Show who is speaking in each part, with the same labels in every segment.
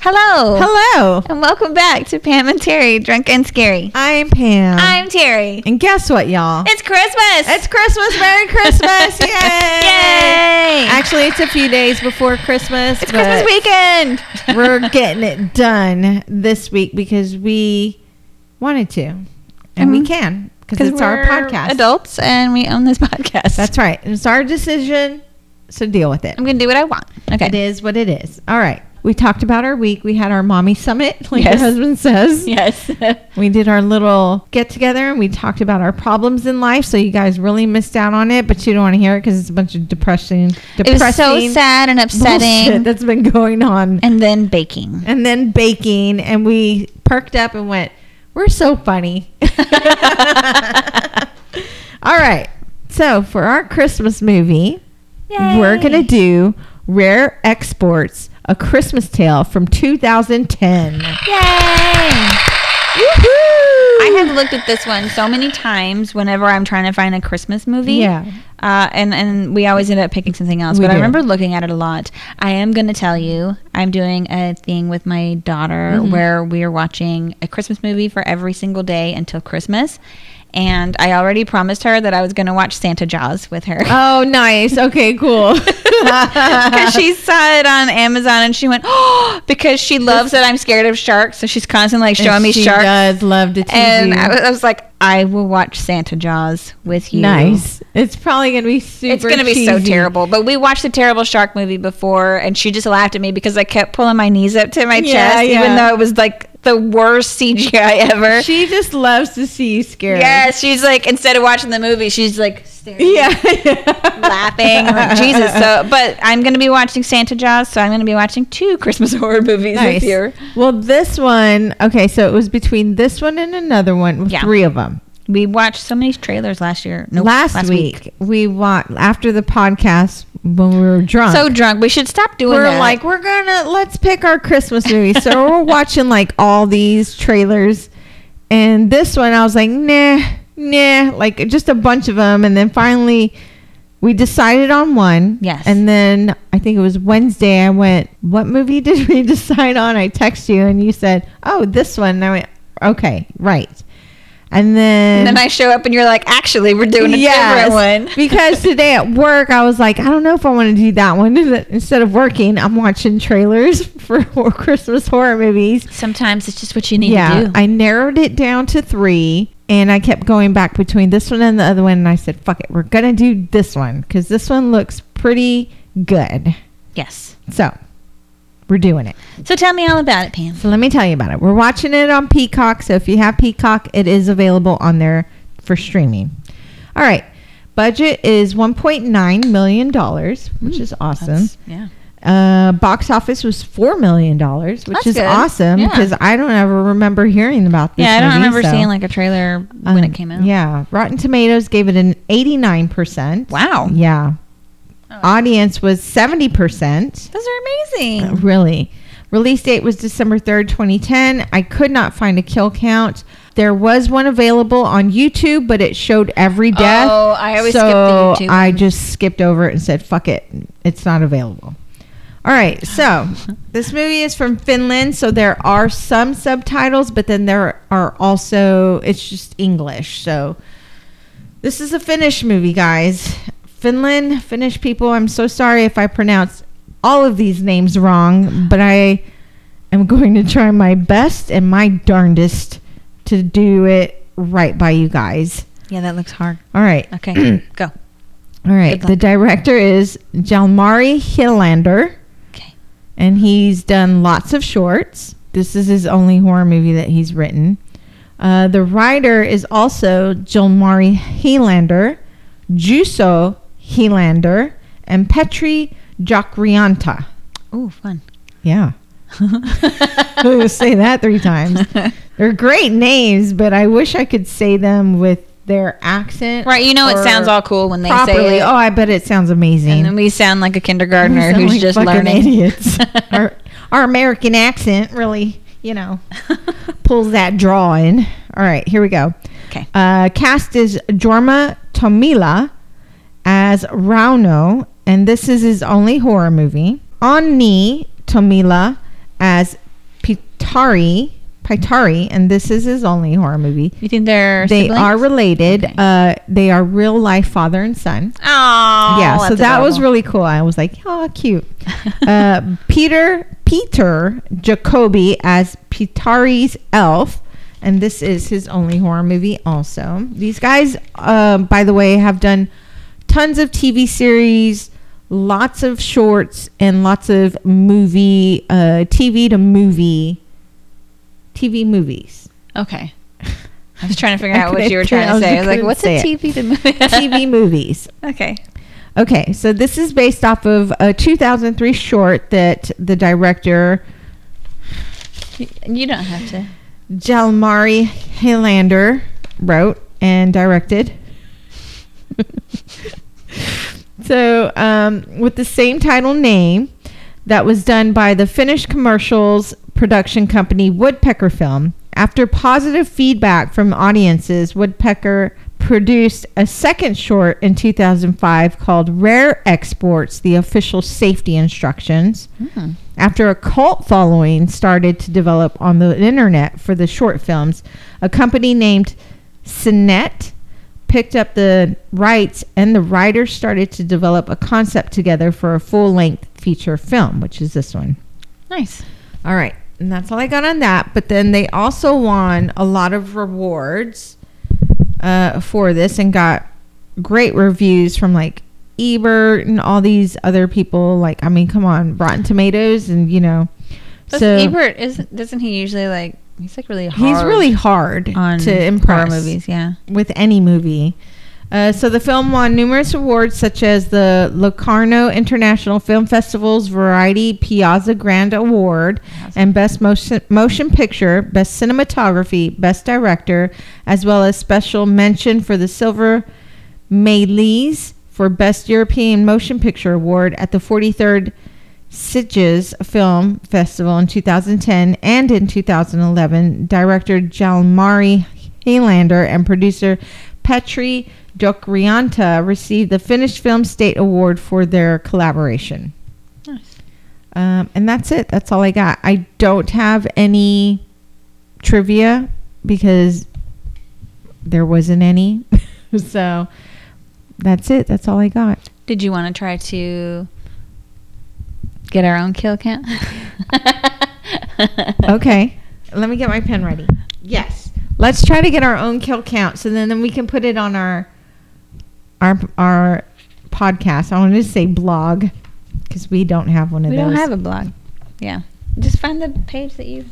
Speaker 1: Hello.
Speaker 2: Hello.
Speaker 1: And welcome back to Pam and Terry, Drunk and Scary.
Speaker 2: I'm Pam.
Speaker 1: I'm Terry.
Speaker 2: and guess what, y'all?
Speaker 1: It's Christmas.
Speaker 2: Um, It's Christmas. Merry Christmas. Yay.
Speaker 1: Yay.
Speaker 2: Actually, it's a few days before Christmas.
Speaker 1: it's Christmas
Speaker 2: but
Speaker 1: weekend.
Speaker 2: we're getting it done this week because we wanted to. And we
Speaker 1: Mhm.
Speaker 2: can because it's our
Speaker 1: we're
Speaker 2: podcast.
Speaker 1: Adults and we own this podcast.
Speaker 2: That's right. It's our decision. So deal with it.
Speaker 1: I'm going to do what I want. Okay.
Speaker 2: It is what it is. All right. We taled about our week. We had our mommy summit, like
Speaker 1: Yes.
Speaker 2: your husband says.
Speaker 1: Yes.
Speaker 2: We did our little get together and we talked about our problems in life. So you guys really missed out on it, but you don't want to hear it because it's a bunch of depressing,
Speaker 1: it was so
Speaker 2: depressing
Speaker 1: sad and
Speaker 2: bullshit
Speaker 1: upsetting.
Speaker 2: that's been going on.
Speaker 1: And then baking.
Speaker 2: And then baking, and we perked up and went, "We're so funny." All right. So for our Christmas movie, we're gonna do Rare Exports: A Christmas Tale from 2010.
Speaker 1: Yay. I
Speaker 2: Woohoo!
Speaker 1: have looked at this one so many times whenever I'm trying to find a Christmas movie.
Speaker 2: Yeah.
Speaker 1: Uh, and, and we always end up picking something else.
Speaker 2: We
Speaker 1: but I
Speaker 2: do.
Speaker 1: remember looking at it a lot. I am going to tell you, I'm doing a thing with my daughter
Speaker 2: Mm-hmm.
Speaker 1: where we are watching a Christmas movie for every single day until Christmas. And I already promised her that I was going to watch Santa Jaws with her.
Speaker 2: Oh, nice. Okay, cool.
Speaker 1: Because she saw it on Amazon and she went, oh, because she loves that I'm scared of sharks. So she's constantly like showing me
Speaker 2: she
Speaker 1: sharks.
Speaker 2: does love to tease
Speaker 1: And
Speaker 2: you.
Speaker 1: I was, I was like, I will watch Santa Jaws with you.
Speaker 2: nice. It's probably gonna be super.
Speaker 1: It's going to be so
Speaker 2: cheesy.
Speaker 1: terrible. But we watched the terrible shark movie before, and she just laughed at me because I kept pulling my knees up to my
Speaker 2: Yeah,
Speaker 1: chest, even
Speaker 2: yeah.
Speaker 1: though it was like the worst CGI ever.
Speaker 2: She just loves to see you scared.
Speaker 1: yes, she's like, instead of watching the movie, she's like staring,
Speaker 2: Yeah.
Speaker 1: laughing. like, Jesus. So, but I'm going to be watching Santa Jaws, so I'm going to be watching two Christmas horror movies
Speaker 2: nice.
Speaker 1: this year.
Speaker 2: Well, this one. Okay, so it was between this one and another one.
Speaker 1: Yeah.
Speaker 2: Three of them.
Speaker 1: We watched so many trailers last year. Nope,
Speaker 2: last, week, we watched after the podcast when we were drunk.
Speaker 1: So drunk. We should stop doing
Speaker 2: we're
Speaker 1: that.
Speaker 2: like, we're gonna let's pick our Christmas movies. so we're watching like all these trailers, and this one I was like, nah, nah, like just a bunch of them, and then finally we decided on one.
Speaker 1: Yes.
Speaker 2: And then I think it was Wednesday. I went, what movie did we decide on? I text you, and you said, oh, this one. And I went, okay, right. And then
Speaker 1: And then I show up and you're like, actually, we're doing a
Speaker 2: Yes,
Speaker 1: different one.
Speaker 2: because today at work I was like, I don't know if I want to do that one. Instead of working, I'm watching trailers for Christmas horror movies.
Speaker 1: Sometimes it's just what you need
Speaker 2: Yeah, I narrowed it down to three, and I kept going back between this one and the other one. And I said, "Fuck it, we're gonna do this one because this one looks pretty good."
Speaker 1: yes.
Speaker 2: So we're doing it.
Speaker 1: So tell me all about it, Pam.
Speaker 2: So let me tell you about it. We're watching it on Peacock. So if you have Peacock, it is available on there for streaming. All right. Budget is $1.9 million,
Speaker 1: Hmm,
Speaker 2: which is awesome.
Speaker 1: Yeah.
Speaker 2: Uh, box office was $4 million, which
Speaker 1: That's
Speaker 2: is
Speaker 1: good.
Speaker 2: awesome
Speaker 1: Yeah.
Speaker 2: because I don't ever remember hearing about this.
Speaker 1: Yeah, I don't
Speaker 2: movie,
Speaker 1: remember
Speaker 2: so,
Speaker 1: seeing like a trailer when
Speaker 2: um,
Speaker 1: it came out.
Speaker 2: Yeah. Rotten Tomatoes gave it an 89%.
Speaker 1: Wow.
Speaker 2: Yeah.
Speaker 1: Oh.
Speaker 2: Audience was 70%.
Speaker 1: Those are amazing.
Speaker 2: Uh, Really. Release date was December 3rd, 2010. I could not find a kill count. There was one available on YouTube, but it showed every death.
Speaker 1: Oh, I always skip the
Speaker 2: so
Speaker 1: YouTube
Speaker 2: I
Speaker 1: ones.
Speaker 2: just skipped over it and said, fuck it. It's not available. All right. So this movie is from Finland. So there are some subtitles, but then there are also, it's just English. So this is a Finnish movie, guys. Finland, Finnish people. I'm so sorry if I pronounce all of these names wrong, but I am going to try my best and my darndest to do it right by you guys.
Speaker 1: yeah, that looks hard.
Speaker 2: All right.
Speaker 1: Okay, go.
Speaker 2: All right.
Speaker 1: Good luck.
Speaker 2: The director is Jalmari Hillander,
Speaker 1: Okay.
Speaker 2: and he's done lots of shorts. This is his only horror movie that he's written. Uh, the writer is also Jalmari Hillander, Juso Hillander, and Petri Jokrianta.
Speaker 1: Ooh, fun.
Speaker 2: Yeah. say that three times. They're great names, but I wish I could say them with their accent.
Speaker 1: Right, you know it
Speaker 2: or
Speaker 1: sounds all cool when they say
Speaker 2: properly.
Speaker 1: it.
Speaker 2: Oh, I bet it sounds amazing.
Speaker 1: and then we sound like a
Speaker 2: We
Speaker 1: kindergartner
Speaker 2: sound
Speaker 1: who's
Speaker 2: like
Speaker 1: just
Speaker 2: fucking
Speaker 1: learning.
Speaker 2: Idiots. our, our American accent really, you know, pulls that draw in. All right, here we go.
Speaker 1: Okay.
Speaker 2: Uh, cast is Jorma Tomila as Rauno, and this is his only horror movie. Onni Tomila as Pitari. Pitari, and this is his only horror movie.
Speaker 1: You think they're
Speaker 2: They
Speaker 1: siblings?
Speaker 2: are related.
Speaker 1: Okay.
Speaker 2: Uh, they are real life father and son.
Speaker 1: Oh,
Speaker 2: yeah, so that was really cool. I was like, oh, cute. uh, Peter Peter Jacoby as Pitari's elf, and this is his only horror movie. Also, these guys, uh, by the way, have done tons of TV series, lots of shorts, and lots of movie, uh, TV to movie, TV movies.
Speaker 1: okay. I was trying to figure
Speaker 2: I
Speaker 1: out what
Speaker 2: couldn't-
Speaker 1: you were trying
Speaker 2: I
Speaker 1: to
Speaker 2: was-
Speaker 1: say. I
Speaker 2: I
Speaker 1: was like,
Speaker 2: couldn't
Speaker 1: "What's
Speaker 2: say
Speaker 1: a
Speaker 2: it.
Speaker 1: TV to movie?"
Speaker 2: TV movies.
Speaker 1: Okay.
Speaker 2: Okay, so this is based off of a 2003 short that the director
Speaker 1: Y- You don't have to.
Speaker 2: Jalmari Helander wrote and directed. so, um, with the same title name that was done by the Finnish commercials production company Woodpecker Film. After positive feedback from audiences, Woodpecker produced a second short in 2005 called Rare Exports The Official Safety Instructions after a cult following started to develop on the internet for the short films, a company named Cinet picked up the rights and the writers started to develop a concept together for a full-length feature film, which is this one.
Speaker 1: Nice.
Speaker 2: All right. And that's all I got on that. But then they also won a lot of rewards uh, for this and got great reviews from like Ebert and all these other people. Like, I mean, come on, Rotten Tomatoes and, you know.
Speaker 1: But
Speaker 2: so
Speaker 1: Ebert isn't doesn't he usually like he's like really hard
Speaker 2: he's really hard
Speaker 1: on
Speaker 2: to impress
Speaker 1: horror movies, yeah.
Speaker 2: with any movie. Uh, so the film won numerous awards such as the Locarno International Film Festival's Variety Piazza Grand Award and Best Motion, Motion Picture, Best Cinematography, Best Director, as well as special mention for the Silver Meles for Best European Motion Picture Award at the 43rd Sitges Film Festival in 2010 and in 2011, director Jalmari Helander and producer Petri Dokrianta received the Finnish Film State Award for their collaboration.
Speaker 1: Nice.
Speaker 2: Um, and that's it. That's all I got. I don't have any trivia because there wasn't any. so that's it. That's all I got.
Speaker 1: Did you want to try to get our own kill count?
Speaker 2: okay. Let me get my pen ready. Yes. Let's try to get our own kill count so then, then we can put it on our our our podcast. I wanted to say blog because we don't have one of
Speaker 1: We
Speaker 2: those.
Speaker 1: don't have a blog. Yeah. Just find the page that you.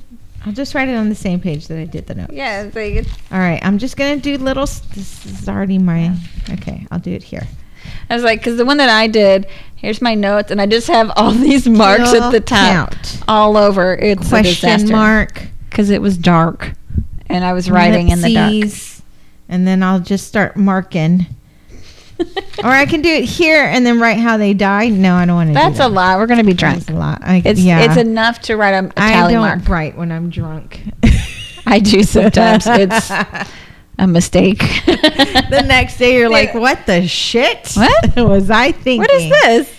Speaker 2: I'll just write it on the same page that I did the note.
Speaker 1: Yeah, it's like it's,
Speaker 2: All right. I'm just going to do little. s- This is already my. Okay. I'll do it here.
Speaker 1: I was like, because the one that I did, here's my notes, and I just have all these marks at the
Speaker 2: Kill
Speaker 1: top,
Speaker 2: count.
Speaker 1: all over. It's a
Speaker 2: Question
Speaker 1: disaster.
Speaker 2: mark.
Speaker 1: Because it was dark, and I was writing in the dark.
Speaker 2: ellipses, And then I'll just start marking. or I can do it here and then write how they die. No, I don't want to.
Speaker 1: That's
Speaker 2: do
Speaker 1: a
Speaker 2: that.
Speaker 1: lot. We're gonna be drunk.
Speaker 2: That's a lot. I,
Speaker 1: It's
Speaker 2: yeah.
Speaker 1: it's enough to write a, a
Speaker 2: I
Speaker 1: tally
Speaker 2: don't
Speaker 1: mark.
Speaker 2: write when I'm drunk.
Speaker 1: I do sometimes. It's a mistake.
Speaker 2: the next day, you're like, "What the shit?
Speaker 1: What?
Speaker 2: was I thinking?
Speaker 1: What is this?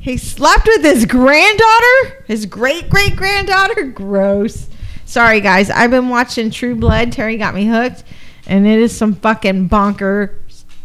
Speaker 2: He slept with his granddaughter, his great great granddaughter. Gross. Sorry, guys. I've been watching True Blood. Terry got me hooked, and it is some fucking bonker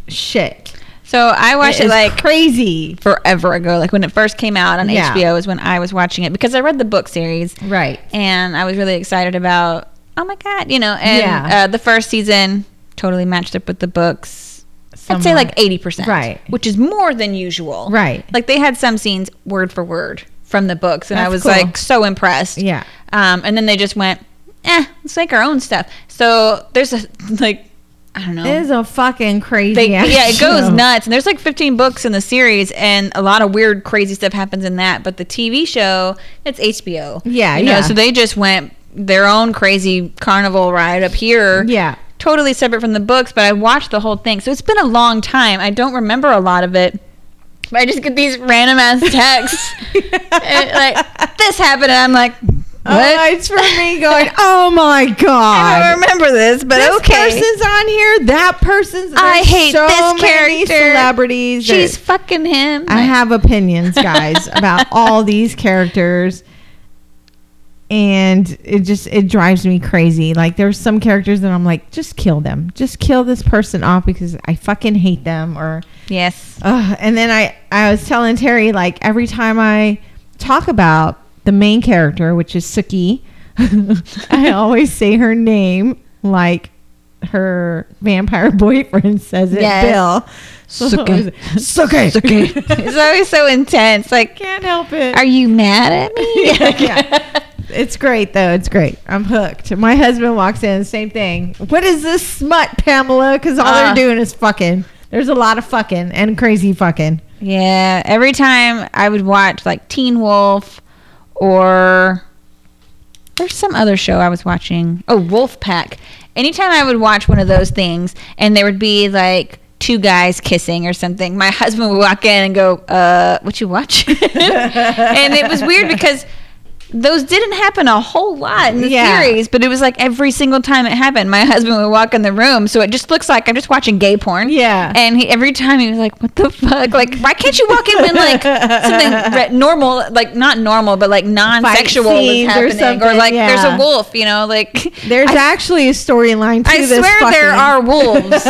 Speaker 2: shit.
Speaker 1: So I watched it,
Speaker 2: is
Speaker 1: like
Speaker 2: crazy.
Speaker 1: forever ago. Like when it first came out on
Speaker 2: Yeah.
Speaker 1: HBO is when I was watching it because I read the book series
Speaker 2: Right.
Speaker 1: and I was really excited about. Oh my god, you know, and
Speaker 2: Yeah.
Speaker 1: uh, the first season totally matched up with the books. I'd say
Speaker 2: Somewhat.
Speaker 1: like eighty percent,
Speaker 2: Right.
Speaker 1: Which is more than usual,
Speaker 2: Right.
Speaker 1: Like they had some scenes word for word from the books, and I
Speaker 2: That's
Speaker 1: was
Speaker 2: cool.
Speaker 1: like so impressed.
Speaker 2: Yeah.
Speaker 1: Um, and then they just went, eh, let's make our own stuff. So there's a like, I don't know,
Speaker 2: It is a fucking crazy.
Speaker 1: Oh. they, yeah, it
Speaker 2: ass
Speaker 1: goes
Speaker 2: show.
Speaker 1: nuts. And there's like 15 books in the series, and a lot of weird, crazy stuff happens in that. But the TV show, it's HBO.
Speaker 2: Yeah,
Speaker 1: you know,
Speaker 2: yeah.
Speaker 1: so they just went their own crazy carnival ride up here.
Speaker 2: Yeah.
Speaker 1: totally separate from the books. But I watched the whole thing, so it's been a long time. I don't remember a lot of it. But I just get these random ass texts, And, like this happened, and I'm like, what?
Speaker 2: Oh, it's for me going. Oh my
Speaker 1: I
Speaker 2: god.
Speaker 1: don't remember this, but
Speaker 2: this
Speaker 1: okay.
Speaker 2: person's on here. That person's.
Speaker 1: I
Speaker 2: there's
Speaker 1: hate
Speaker 2: so
Speaker 1: this
Speaker 2: many
Speaker 1: character.
Speaker 2: Celebrities. that-
Speaker 1: She's fucking him.
Speaker 2: I have opinions, guys, about all these characters. and it just it drives me crazy. Like there's some characters that I'm like, just kill them, just kill this person off because I fucking hate them. Or
Speaker 1: Yes.
Speaker 2: Ugh. and then I I was telling Terry like every time I talk about the main character, which is Suki, I always say her name like her vampire boyfriend says it.
Speaker 1: Yes.
Speaker 2: Bill. So
Speaker 1: Suki.
Speaker 2: Suki.
Speaker 1: it's always so intense. Like,
Speaker 2: Can't help it.
Speaker 1: are you mad at me?
Speaker 2: yeah, yeah. It's great though. It's great. I'm hooked. My husband walks in, same thing. What is this smut, Pamela? Because all
Speaker 1: Uh.
Speaker 2: they're doing is fucking. There's a lot of fucking and crazy fucking.
Speaker 1: Yeah, every time I would watch like Teen Wolf or there's some other show I was watching. Oh, Wolf Pack. Anytime I would watch one of those things and there would be like two guys kissing or something, my husband would walk in and go, "Uh, what you watch?" and it was weird because those didn't happen a whole lot in the
Speaker 2: Yeah.
Speaker 1: series, but it was like every single time it happened, my husband would walk in the room, so it just looks like I'm just watching gay porn.
Speaker 2: Yeah.
Speaker 1: And he, every time he was like, "What the fuck? Like, why can't you walk in when like something re- normal, like not normal, but like non-sexual is
Speaker 2: scenes or
Speaker 1: happening, or,
Speaker 2: something,
Speaker 1: like there's a
Speaker 2: yeah.
Speaker 1: wolf, you know? Like,
Speaker 2: There's
Speaker 1: I,
Speaker 2: actually a storyline to
Speaker 1: I
Speaker 2: this.
Speaker 1: swear
Speaker 2: fucking.
Speaker 1: there are wolves,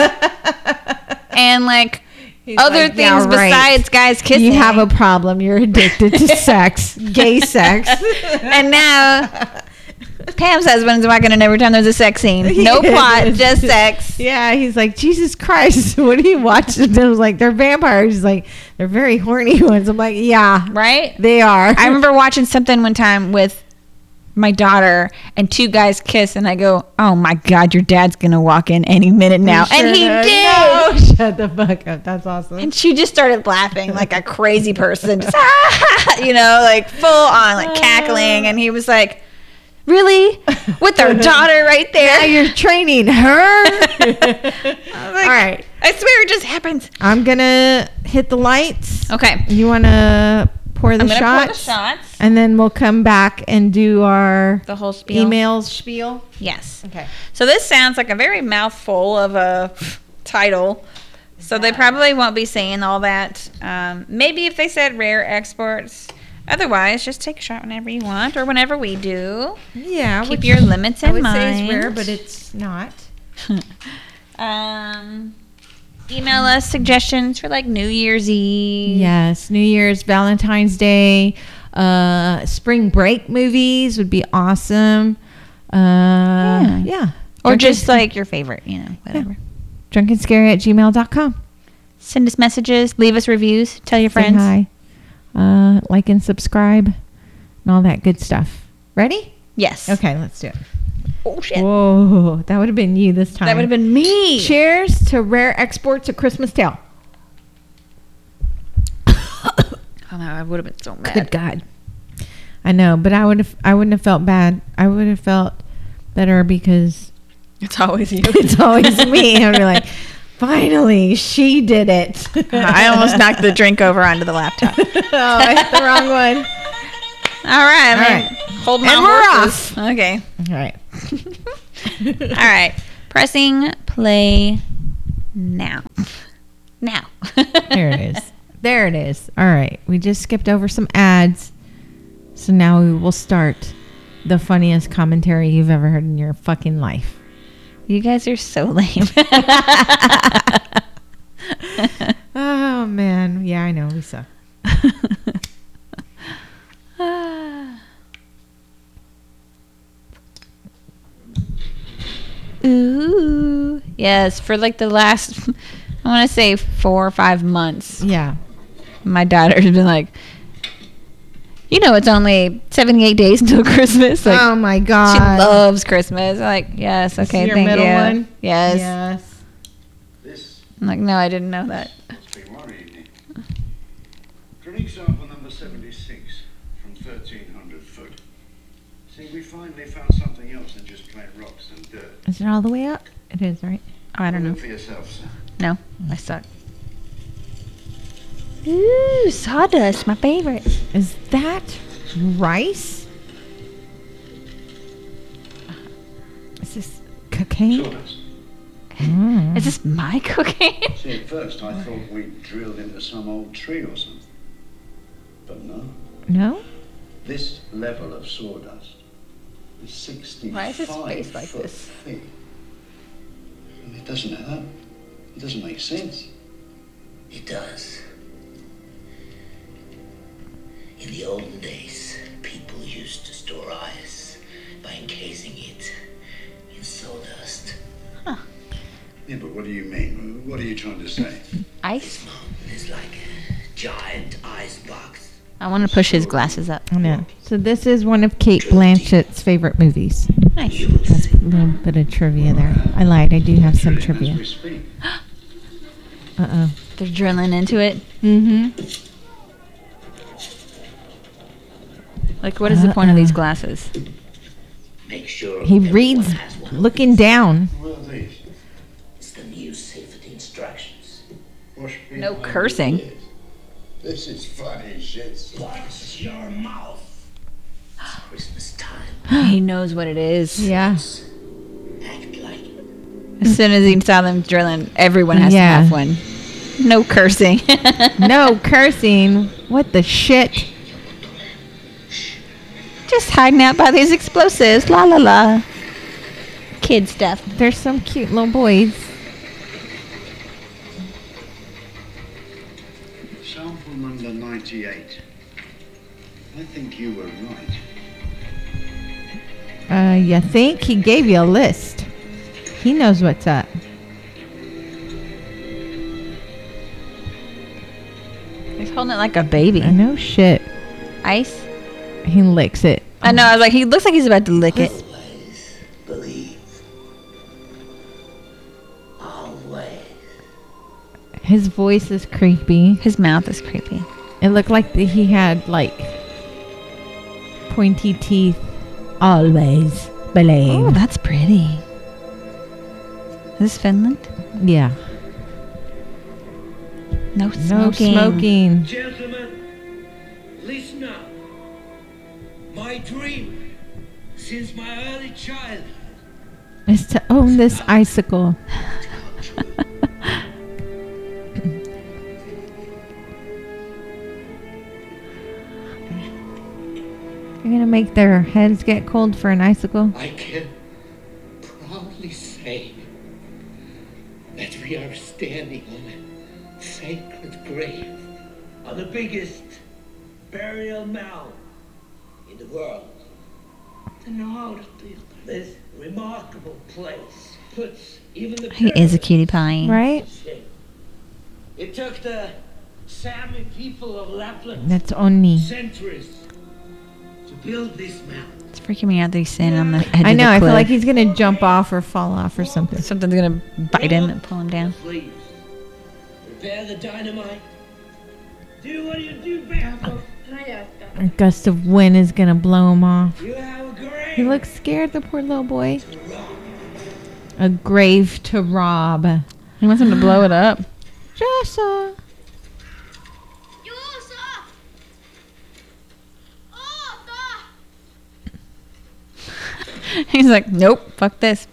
Speaker 1: and like
Speaker 2: He's
Speaker 1: other
Speaker 2: like,
Speaker 1: things
Speaker 2: "Yeah, right.
Speaker 1: besides guys kissing.
Speaker 2: You have a problem. You're addicted to sex, gay sex.
Speaker 1: and now Pam's husband's walking in every time there's a sex scene. No plot, just sex.
Speaker 2: Yeah, he's like, Jesus Christ, what are you watching? I was like, they're vampires. He's like, they're very horny ones. I'm like, yeah,
Speaker 1: Right?
Speaker 2: they are.
Speaker 1: I remember watching something one time with my daughter and two guys kiss and I go, "Oh my god, your dad's going to walk in any minute now."
Speaker 2: Sure
Speaker 1: and he
Speaker 2: does.
Speaker 1: did.
Speaker 2: No, shut the fuck up. That's awesome.
Speaker 1: And she just started laughing like a crazy person. Just, you know, like full on like cackling and he was like, "Really? With our daughter right there?"
Speaker 2: Now you're training her.
Speaker 1: I was like,
Speaker 2: All right.
Speaker 1: I swear it just happens.
Speaker 2: I'm gonna hit the lights.
Speaker 1: Okay.
Speaker 2: You wanna pour the
Speaker 1: I'm going to
Speaker 2: shots,
Speaker 1: pour the shots.
Speaker 2: and then we'll come back and do our
Speaker 1: The whole spiel.
Speaker 2: emails spiel.
Speaker 1: Yes.
Speaker 2: Okay.
Speaker 1: So this sounds like a very mouthful of a title. So they probably won't be saying all that. Um, maybe if they said rare exports. Otherwise, just take a shot whenever you want or whenever we do.
Speaker 2: Yeah. I
Speaker 1: Keep
Speaker 2: would-
Speaker 1: your limits in
Speaker 2: I would
Speaker 1: mind.
Speaker 2: say it's rare, but it's not.
Speaker 1: um, email us suggestions for like New Year's Eve.
Speaker 2: Yes, New Year's, Valentine's Day, uh, spring break movies would be awesome. Uh, yeah.
Speaker 1: Or
Speaker 2: Drunk
Speaker 1: just
Speaker 2: and-
Speaker 1: like your favorite, you know, whatever.
Speaker 2: drunkandscary at gmail.com.
Speaker 1: Send us messages, leave us reviews, tell your friends.
Speaker 2: Say hi. Uh, like and subscribe and all that good stuff. Ready?
Speaker 1: Yes.
Speaker 2: Okay, let's do it.
Speaker 1: Oh, shit.
Speaker 2: Whoa, that would have been you this time.
Speaker 1: That would have been me.
Speaker 2: Cheers to rare exports of Christmas Tale.
Speaker 1: Oh, no, I would have been so mad.
Speaker 2: Good God. I know, but I would have. I wouldn't have felt bad. I would have felt better because
Speaker 1: It's always you.
Speaker 2: it's always me. And we're like, finally, she did it.
Speaker 1: I almost knocked the drink over onto the laptop. All
Speaker 2: oh, I hit the wrong one.
Speaker 1: right, man.
Speaker 2: All right.
Speaker 1: Hold my
Speaker 2: And we're
Speaker 1: horses. Okay.
Speaker 2: All right.
Speaker 1: All right. Pressing play now. Now.
Speaker 2: There it is. There it is. All right. We just skipped over some ads. So now we will start the funniest commentary you've ever heard in your fucking life.
Speaker 1: You guys are so lame.
Speaker 2: Oh, man. Yeah, I know. We suck.
Speaker 1: Ooh. Yes, for like the last I want to say 4 or 5 months,
Speaker 2: Yeah.
Speaker 1: my daughter's been like you know, it's only 78 days until Christmas. Like,
Speaker 2: oh, my
Speaker 1: She
Speaker 2: God.
Speaker 1: loves Christmas. I'm like, yes,
Speaker 2: This is
Speaker 1: okay,
Speaker 2: your
Speaker 1: thank
Speaker 2: middle
Speaker 1: you.
Speaker 2: one?
Speaker 1: Yes.
Speaker 2: Yes.
Speaker 3: This
Speaker 1: I'm like, no, I didn't know that.
Speaker 3: tomorrow evening. From example number 76 from 1300 foot. See, we finally found something else than just plain rocks and dirt.
Speaker 2: Is it all the way up? It is, right?
Speaker 1: Oh, I don't know.
Speaker 3: Look for yourself, sir.
Speaker 1: No, I suck. Ooh, sawdust, my favorite.
Speaker 2: Is that rice? Is this cocaine? Mm.
Speaker 3: Sawdust.
Speaker 1: Is this my cocaine?
Speaker 3: See, at first I thought we'd drilled into some old tree or something. But no.
Speaker 2: No?
Speaker 3: This level of sawdust is 65
Speaker 1: Why is his face like
Speaker 3: foot
Speaker 1: this?
Speaker 3: thick. And It doesn't add up. It doesn't make sense.
Speaker 4: It does. In the olden days, people used to store ice by encasing it in sawdust.
Speaker 3: Yeah, but what do you mean? What are you trying to say?
Speaker 1: Ice?
Speaker 4: Mountain is like a giant ice box.
Speaker 1: I want to push his glasses up.
Speaker 2: I know. So this is one of Kate Blanchett's favorite movies.
Speaker 1: Nice.
Speaker 4: You will
Speaker 2: That's a little bit of trivia there. I lied. I do have some
Speaker 3: Drilling As
Speaker 2: trivia.
Speaker 3: we speak.
Speaker 2: Uh oh.
Speaker 1: They're drilling into it. Mm-hmm.
Speaker 2: Mm hmm.
Speaker 1: Like, what is the point of these glasses?
Speaker 4: make sure
Speaker 2: He
Speaker 4: everyone
Speaker 2: reads
Speaker 4: has one.
Speaker 2: looking down.
Speaker 3: What are these?
Speaker 4: It's the new safety instructions.
Speaker 3: Wash me
Speaker 1: No
Speaker 3: my
Speaker 1: cursing.
Speaker 3: ears. This is funny shit.
Speaker 4: Watch your mouth. It's Christmas time.
Speaker 1: he knows what it is.
Speaker 2: Yeah.
Speaker 4: Act like
Speaker 1: As soon as he saw them drilling, everyone has
Speaker 2: Yeah.
Speaker 1: to have one. No cursing.
Speaker 2: No cursing. What the shit?
Speaker 1: Just hiding out by these explosives. La la la. Kid stuff.
Speaker 2: There's some cute little boys.
Speaker 3: Sample number 98. I think you were right.
Speaker 2: Uh, you think he gave you a list? He knows what's up.
Speaker 1: He's holding it like a baby.
Speaker 2: I know shit.
Speaker 1: Ice?
Speaker 2: He licks it.
Speaker 1: I know. I was like, he looks like he's about to lick it.
Speaker 4: always believe. Always.
Speaker 2: His voice is creepy.
Speaker 1: His mouth is creepy.
Speaker 2: It looked like that he had like pointy teeth. Always
Speaker 1: Oh,
Speaker 2: believe.
Speaker 1: that's pretty. Is this Finland?
Speaker 2: Yeah.
Speaker 1: No
Speaker 2: No
Speaker 1: smoking.
Speaker 2: smoking.
Speaker 5: Gentlemen, listen up. My dream since my early childhood
Speaker 2: Is to own this icicle. You're gonna make their heads get cold for an icicle.
Speaker 4: I can proudly say that we are standing on a sacred grave
Speaker 5: on the biggest burial mound
Speaker 4: in the world.
Speaker 5: in all the building. This remarkable place puts even the
Speaker 1: He is a cutie pie.
Speaker 2: Right?
Speaker 5: shame. It took the Sami people of Lapland
Speaker 2: That's Oni.
Speaker 5: centuries to build this mound.
Speaker 1: It's freaking me out that he's standing on the edge
Speaker 2: I know. I
Speaker 1: of the cliff.
Speaker 2: feel like he's gonna jump off or fall off or something.
Speaker 1: Something's gonna bite him and pull him down.
Speaker 5: Please, prepare the dynamite. Do what you do best.
Speaker 2: A gust of wind is gonna blow him off.
Speaker 5: You have a great.
Speaker 2: He looks scared, the poor little boy. A grave to rob.
Speaker 1: He wants him to blow it up.
Speaker 2: Joshua.
Speaker 1: He's like, nope, fuck this.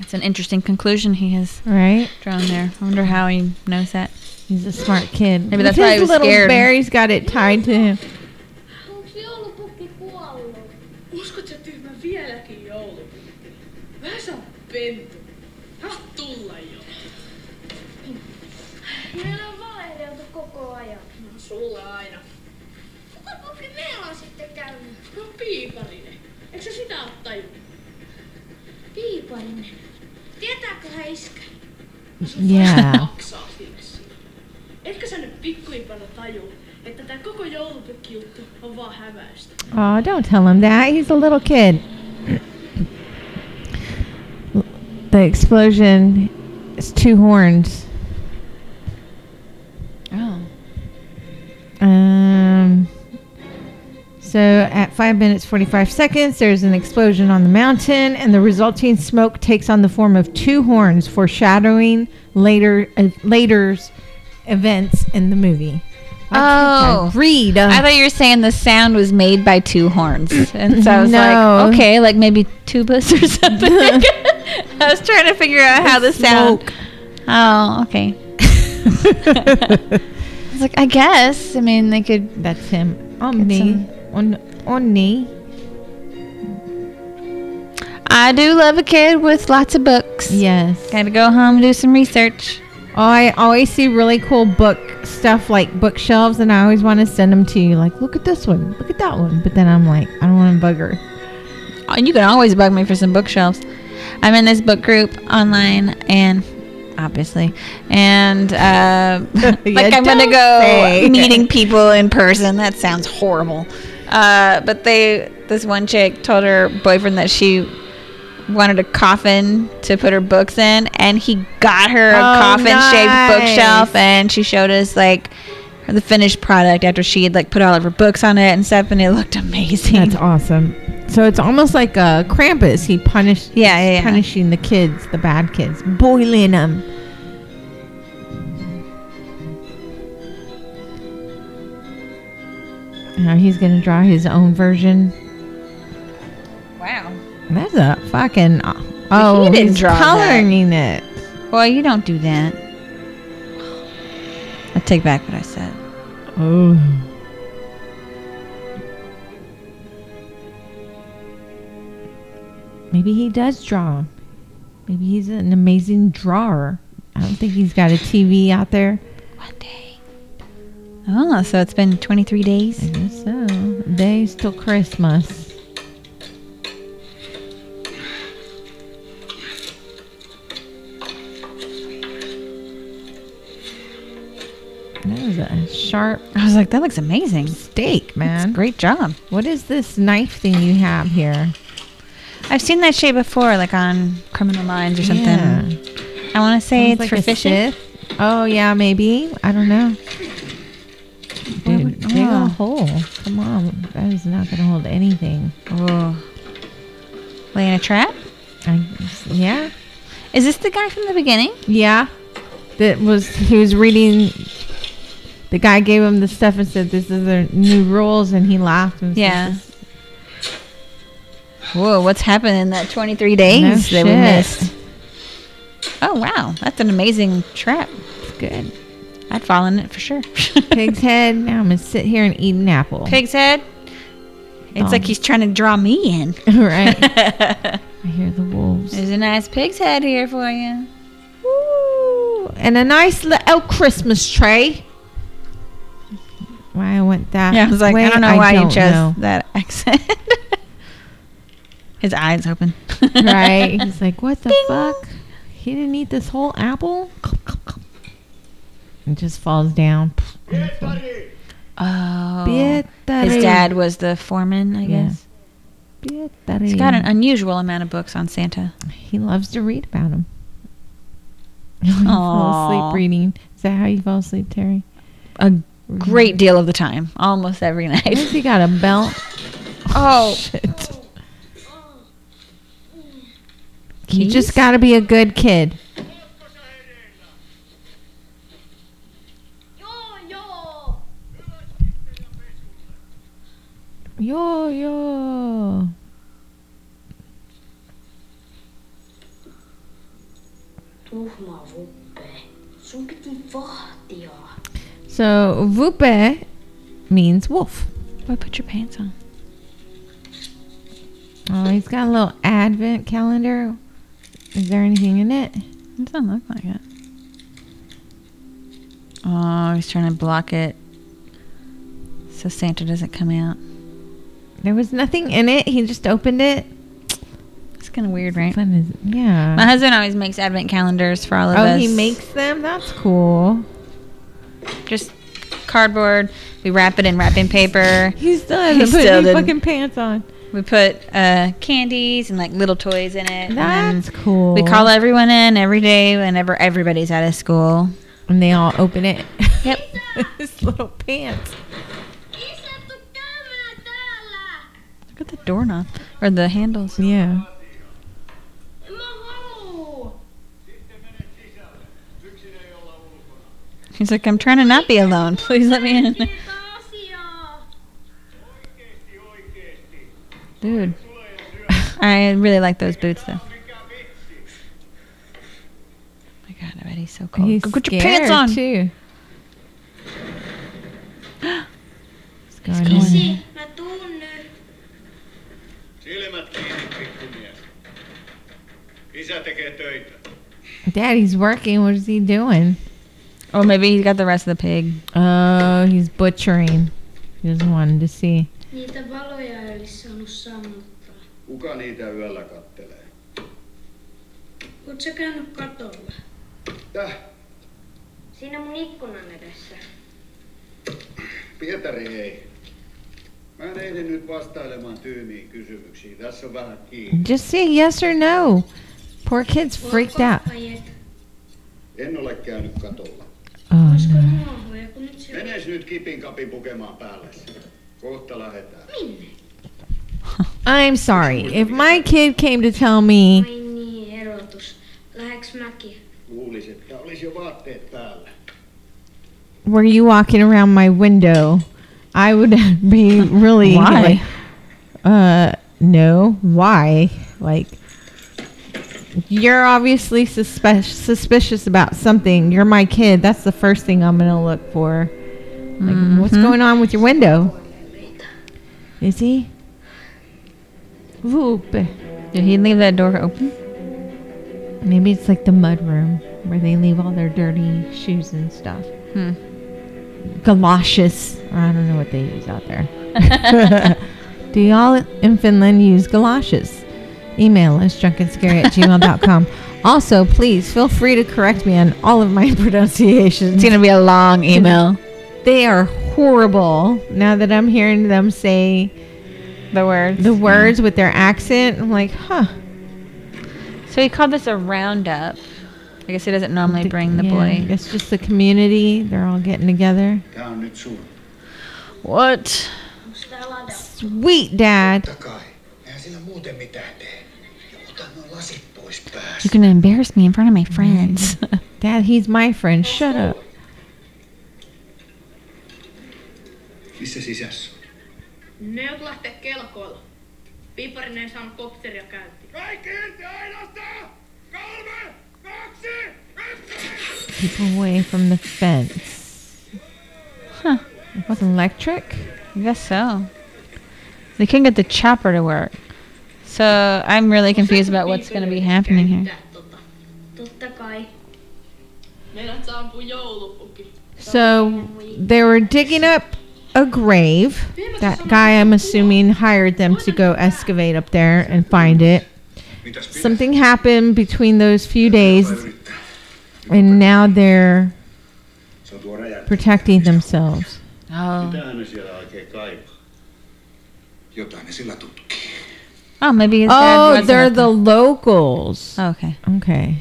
Speaker 1: It's an interesting conclusion he has
Speaker 2: Right?
Speaker 1: drawn there. I wonder how he knows that.
Speaker 2: He's a smart kid.
Speaker 1: Maybe that's why he
Speaker 2: His
Speaker 1: was
Speaker 2: little
Speaker 1: scared.
Speaker 2: Barry's got it tied to him.
Speaker 6: Onks joulupukki kuollut?
Speaker 7: Uskot sä tyhmä vieläkin joulupukki? Vähän sä oot pentu. Hän Ah, tulla jo.
Speaker 6: Meillä on valehdeltu koko ajan.
Speaker 7: No sulle aina.
Speaker 6: Kuka pukki meillä on sitten käynyt?
Speaker 7: No piiparinen. Eikö sä sitä oo tajunnut?
Speaker 6: Piiparinen. Tietääkö hän iskä?
Speaker 1: No.
Speaker 2: Yeah.
Speaker 7: Maksaa sinne sinne. Etkö sä nyt pikkuimpana tajuu, että tää koko joulupukki juttu on vaan häväystä?
Speaker 2: oh, don't tell him that. He's a little kid. The explosion is two horns.
Speaker 1: Oh.
Speaker 2: Um. So at five minutes forty-five seconds, there's an explosion on the mountain, and the resulting smoke takes on the form of two horns, foreshadowing later uh, later's events in the movie.
Speaker 1: Oh.
Speaker 2: Why can't I read. Uh,
Speaker 1: I thought you were saying the sound was made by two horns. And so I was
Speaker 2: No.
Speaker 1: like, okay, like maybe tubas or something. I was trying to Oh, figure out how the sound.
Speaker 2: Smoke.
Speaker 1: Oh, okay.
Speaker 8: It's like, I guess. I mean, they could.
Speaker 2: That's him. On me. On on knee.
Speaker 8: I do love a kid with lots of books.
Speaker 2: Yes.
Speaker 1: Gotta go home do some research.
Speaker 2: Oh, I always see really cool book stuff like bookshelves, and I always want to send them to you. Like, look at this one, look at that one. But then I'm like, I don't want to bugger.
Speaker 1: Oh, You can always bug me for some bookshelves. I'm in this book group online, and obviously, and uh, like I'm gonna
Speaker 2: don't
Speaker 1: go
Speaker 2: say.
Speaker 1: meeting people in person. That sounds horrible. Uh, but they, this one chick told her boyfriend that she wanted a coffin to put her books in, and he got her a
Speaker 2: Oh,
Speaker 1: coffin-shaped
Speaker 2: nice.
Speaker 1: bookshelf, and she showed us like the finished product after she had like put all of her books on it and stuff, and it looked amazing.
Speaker 2: That's awesome. So it's almost like uh, Krampus. He punished,
Speaker 1: Yeah, yeah, yeah.
Speaker 2: punishing the kids, the bad kids, boiling them. Now he's gonna draw his own version.
Speaker 1: wow.
Speaker 2: That's a fucking oh,
Speaker 1: didn't
Speaker 2: he's
Speaker 1: draw that.
Speaker 2: coloring it.
Speaker 1: Well, you don't do that. I take back what I said.
Speaker 2: Oh. Maybe he does draw. Maybe he's an amazing drawer. I don't think he's got a TV out there.
Speaker 1: One day. Oh, so it's been 23
Speaker 2: I
Speaker 1: days.
Speaker 2: guess so. Days till Christmas. That was a sharp
Speaker 1: I was like, that looks amazing.
Speaker 2: steak, man.
Speaker 1: Great job.
Speaker 2: What is this knife thing you have here?
Speaker 1: I've seen that shape before, like on Criminal Minds or something.
Speaker 2: Yeah.
Speaker 1: I want to say
Speaker 2: Sounds
Speaker 1: it's
Speaker 2: like
Speaker 1: for
Speaker 2: a
Speaker 1: fishing.
Speaker 2: scythe. Oh yeah, maybe. I don't know. Dude, big
Speaker 1: oh.
Speaker 2: ol' hole. Come on, that is not gonna hold anything.
Speaker 1: Oh. Laying a trap?
Speaker 2: I, yeah,
Speaker 1: Is this the guy from the beginning?
Speaker 2: yeah. That was he was reading. The guy gave him the stuff and said, "This is the new rules," and he laughed. And said,
Speaker 1: Yeah.
Speaker 2: "This is-
Speaker 1: Whoa, what's happened in that 23
Speaker 2: No
Speaker 1: days that we
Speaker 2: shit.
Speaker 1: missed? Oh, wow. That's an amazing trap.
Speaker 2: It's good.
Speaker 1: I'd fall in it for sure.
Speaker 2: Pig's head. Now I'm gonna sit here and eat an apple.
Speaker 1: pig's head. It's like
Speaker 2: Dog.
Speaker 1: he's trying to draw me in.
Speaker 2: right. I hear the wolves.
Speaker 1: There's a nice pig's head here for you.
Speaker 2: Ooh, and a nice little Christmas tray. Why I want that?
Speaker 1: Yeah, I was like, I
Speaker 2: way,
Speaker 1: don't know why you
Speaker 2: don't
Speaker 1: chose
Speaker 2: know.
Speaker 1: that accent. His eyes open.
Speaker 2: right? He's like, what the
Speaker 1: Ding.
Speaker 2: fuck? He didn't eat this whole apple. It just falls down.
Speaker 1: Oh.
Speaker 2: Pietari.
Speaker 1: His dad was the foreman, I
Speaker 2: Yeah.
Speaker 1: guess.
Speaker 2: Pietari.
Speaker 1: He's got an unusual amount of books on Santa.
Speaker 2: he loves to read about him. He fell
Speaker 1: Aw.
Speaker 2: asleep reading. Is that how you fall asleep, Terry?
Speaker 1: A
Speaker 2: Mm-hmm.
Speaker 1: great deal of the time, almost every
Speaker 2: What if
Speaker 1: night.
Speaker 2: he got a belt?
Speaker 1: Oh.
Speaker 2: shit! You just got to be a good kid.
Speaker 6: Joo, joo.
Speaker 2: Yo yo.
Speaker 6: Tuhma vuppe. Sun piti vahtia.
Speaker 2: So vupe means wolf.
Speaker 1: Boy, put your pants on.
Speaker 2: Oh, he's got a little advent calendar. Is there anything in it?
Speaker 1: It doesn't look like it. Oh, he's trying to block it so Santa doesn't come out.
Speaker 2: There was nothing in it. He just opened it.
Speaker 1: It's kind of weird, right?
Speaker 2: Fun is
Speaker 1: My
Speaker 2: yeah.
Speaker 1: husband always makes advent calendars for all of
Speaker 2: Oh,
Speaker 1: us.
Speaker 2: he makes them. That's cool.
Speaker 1: just cardboard. We wrap it in wrapping paper.
Speaker 2: He still hasn't
Speaker 1: He
Speaker 2: put
Speaker 1: still
Speaker 2: any
Speaker 1: didn't.
Speaker 2: fucking pants on.
Speaker 1: We put uh, candies and like little toys in it. and then
Speaker 2: That's cool.
Speaker 1: We call everyone in every day whenever everybody's out of school.
Speaker 2: and they all open it.
Speaker 1: Yep.
Speaker 2: His little pants.
Speaker 6: Istu käymään täällä.
Speaker 1: Look at the doorknob or the handles.
Speaker 2: Yeah.
Speaker 6: Mä haluu.
Speaker 1: He's like, I'm trying to not be alone. Please let me in.
Speaker 6: Tää asiaa.
Speaker 1: Dude. I really like those boots though. my god, I bet he's so cold.
Speaker 2: He's
Speaker 1: Go put your pants on.
Speaker 2: too. going in.
Speaker 6: Isi, mä tuun nyt.
Speaker 3: Silmät kiinni, pikkumies. Isä tekee töitä.
Speaker 2: Daddy's working. What is he doing?
Speaker 1: Or maybe he got the rest of the pig.
Speaker 2: Oh, he's butchering. He just wanted to see.
Speaker 6: Niitä valoja ei olisi saanut sammuttaa.
Speaker 3: Kuka niitä yöllä kattelee?
Speaker 6: Oot sä käynyt katolla?
Speaker 3: Täh,
Speaker 6: Siinä mun ikkunan edessä.
Speaker 3: Pietari ei. Mä en ehdi nyt vastailemaan tyymiin kysymyksiin. Tässä on vähän
Speaker 9: Niin.
Speaker 3: kiinni.
Speaker 2: Just say yes or no. Poor kid's freaked out.
Speaker 6: Ajet.
Speaker 3: En ole käynyt katolla.
Speaker 2: Oh,
Speaker 6: Olisiko
Speaker 2: no.
Speaker 6: nuohoja, kun nyt se...
Speaker 3: Menes nyt kipin kapi pukemaan päälle. Kohta lähetään.
Speaker 6: Minne?
Speaker 2: I'm sorry. If my kid came to tell me,
Speaker 6: Ai niin, erotus. Läheks mäkin?
Speaker 3: Luulis, että olisi jo vaatteet päällä.
Speaker 2: were you walking around my window, I would be really
Speaker 1: Why?
Speaker 2: like, uh, no, why? Like, you're obviously suspe- suspicious about something. You're my kid. That's the first thing I'm gonna look for. Like, what's going on with your window? Is he? Whoop.
Speaker 1: Did he leave that door open?
Speaker 2: Maybe it's like the mud room where they leave all their dirty shoes and stuff.
Speaker 1: Hmm.
Speaker 2: Galoshes. I don't know what they use out there. Do y'all in Finland use galoshes? Email us drunkenscary at gmail.com. Also, please feel free to correct me on all of my pronunciations.
Speaker 8: It's gonna be a long email.
Speaker 2: They are horrible now that I'm hearing them say
Speaker 1: The words.
Speaker 2: the words with their accent. I'm like, huh.
Speaker 1: So he called this a roundup. I guess he doesn't normally bring the
Speaker 2: Yeah,
Speaker 1: boy.
Speaker 2: It's just the community. They're all getting together.
Speaker 3: Tää on nyt sun.
Speaker 1: What?
Speaker 6: Onks tää lada?
Speaker 2: Sweet dad.
Speaker 4: Takai, eihän sillä muuten mitään tee. Ja ota nuo lasit pois
Speaker 1: You're
Speaker 4: päästä.
Speaker 1: gonna embarrass me in front of my friends.
Speaker 2: Dad, he's my friend. Shut up.
Speaker 3: Missä sisässä? on?
Speaker 7: Ne joutui lähteä kelkoilla. Piiparinen ei saanut kopteria käyntiin.
Speaker 5: Kaikki irti aidasta! Kolme, kaksi, yksi!
Speaker 2: Keep away from the fence.
Speaker 1: Huh.
Speaker 2: It was electric?
Speaker 1: I guess so. They couldn't get the chopper to work. So I'm really confused about what's gonna be happening here.
Speaker 7: Käyttää Tota.
Speaker 6: Totta kai.
Speaker 7: Meinaat saapuu joulupukki.
Speaker 2: So they were digging up a grave. That guy, I'm assuming, hired them to go excavate up there and find it.
Speaker 3: Mitäs pidät?
Speaker 2: Something happened between those few days,
Speaker 3: Vai yrittää?
Speaker 2: and now they're
Speaker 3: Se on tuo räjähdys.
Speaker 2: protecting themselves.
Speaker 1: Oh.
Speaker 3: Mitähän ne siellä oikein kaipaa? Jotain ne sillä tutkii.
Speaker 1: Oh, maybe his dad
Speaker 2: Oh,
Speaker 1: wasn't
Speaker 2: they're
Speaker 1: at
Speaker 2: the locals.
Speaker 1: Oh, okay.
Speaker 2: Okay.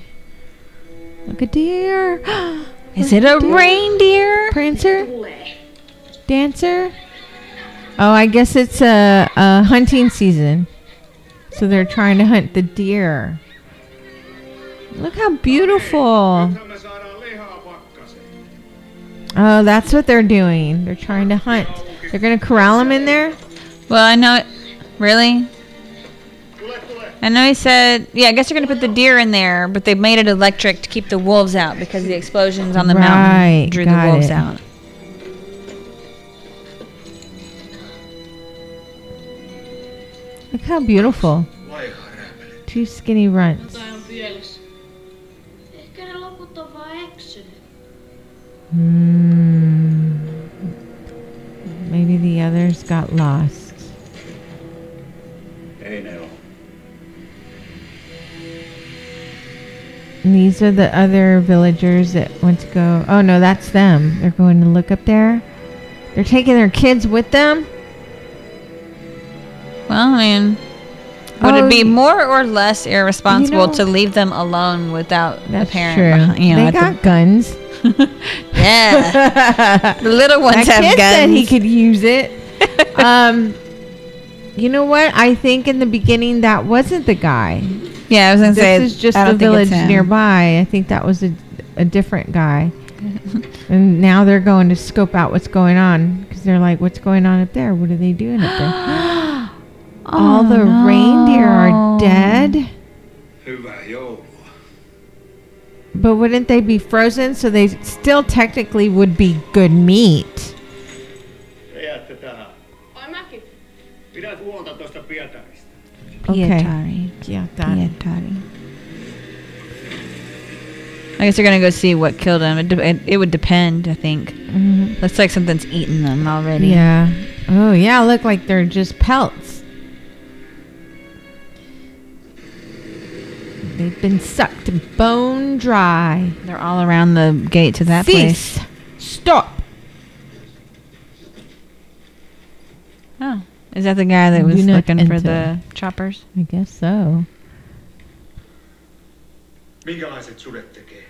Speaker 2: Look a deer.
Speaker 1: Is it a reindeer?
Speaker 2: Prancer?
Speaker 7: Tulee.
Speaker 2: dancer. Oh, I guess it's a, a hunting season, so they're trying to hunt the deer. Look how beautiful!
Speaker 3: Nythän me saadaan lihaa pakkaseen.
Speaker 2: Oh, that's what they're doing. They're trying to hunt. They're gonna corral him in there.
Speaker 1: Well, I know. Really?
Speaker 3: Tule, tule.
Speaker 1: I know he said, yeah, I guess you're going to put the deer in there, but they made it electric to keep the wolves out because the explosions on the
Speaker 2: Right,
Speaker 1: mountain drew the
Speaker 2: got
Speaker 1: wolves
Speaker 2: it.
Speaker 1: out.
Speaker 2: Look how beautiful.
Speaker 3: Laihaa rääpäle.
Speaker 2: Two skinny runts.
Speaker 7: Jotain on pielessä.
Speaker 6: Ehkä ne loput on vaan eksynyt.
Speaker 2: Mm. Maybe the others got lost.
Speaker 3: Ei ne oo.
Speaker 2: And these are the other villagers that went to go. Oh no, that's them. They're going to look up there. They're taking their kids with them.
Speaker 1: Well, I mean, would
Speaker 2: Oh,
Speaker 1: it be
Speaker 2: y-
Speaker 1: more or less irresponsible
Speaker 2: you know-
Speaker 1: to leave them alone without a
Speaker 2: That's
Speaker 1: parent?
Speaker 2: true.
Speaker 1: behind- you know,
Speaker 2: they
Speaker 1: at the-
Speaker 2: got guns.
Speaker 1: yeah,
Speaker 2: that
Speaker 1: the little ones have
Speaker 2: kid
Speaker 1: guns.
Speaker 2: said he could use it. um, you know what? I think in the beginning that wasn't the guy.
Speaker 1: yeah, I was gonna
Speaker 2: This
Speaker 1: say
Speaker 2: is just
Speaker 1: I
Speaker 2: a
Speaker 1: don't think it's
Speaker 2: village
Speaker 1: him.
Speaker 2: nearby. I think that was a, a different guy. and now they're going to scope out what's going on because they're like, what's going on up there? What are they doing up there?
Speaker 1: Oh,
Speaker 2: All the reindeer are
Speaker 1: no.
Speaker 2: dead.
Speaker 3: Hyvää joulua.
Speaker 2: But wouldn't they be frozen? So they still technically would be good meat.
Speaker 3: Te jäätte tähän. muuta tuosta Pietarista.
Speaker 1: Pietari.
Speaker 2: Yeah, that.
Speaker 1: Pietari. I guess you're gonna go see what killed him. It, de- it, it would depend, I think.
Speaker 2: Mhm.
Speaker 1: Looks like something's eaten them already.
Speaker 2: Yeah. Oh yeah, look like they're just pelts. They've been sucked bone dry.
Speaker 1: They're all around the gate to that place.
Speaker 2: Cease. Stop.
Speaker 1: Oh, is that the guy that was
Speaker 2: Do not
Speaker 1: looking for the
Speaker 2: enter.
Speaker 1: choppers?
Speaker 2: I guess so.
Speaker 9: Minkälaiset sudet tekee?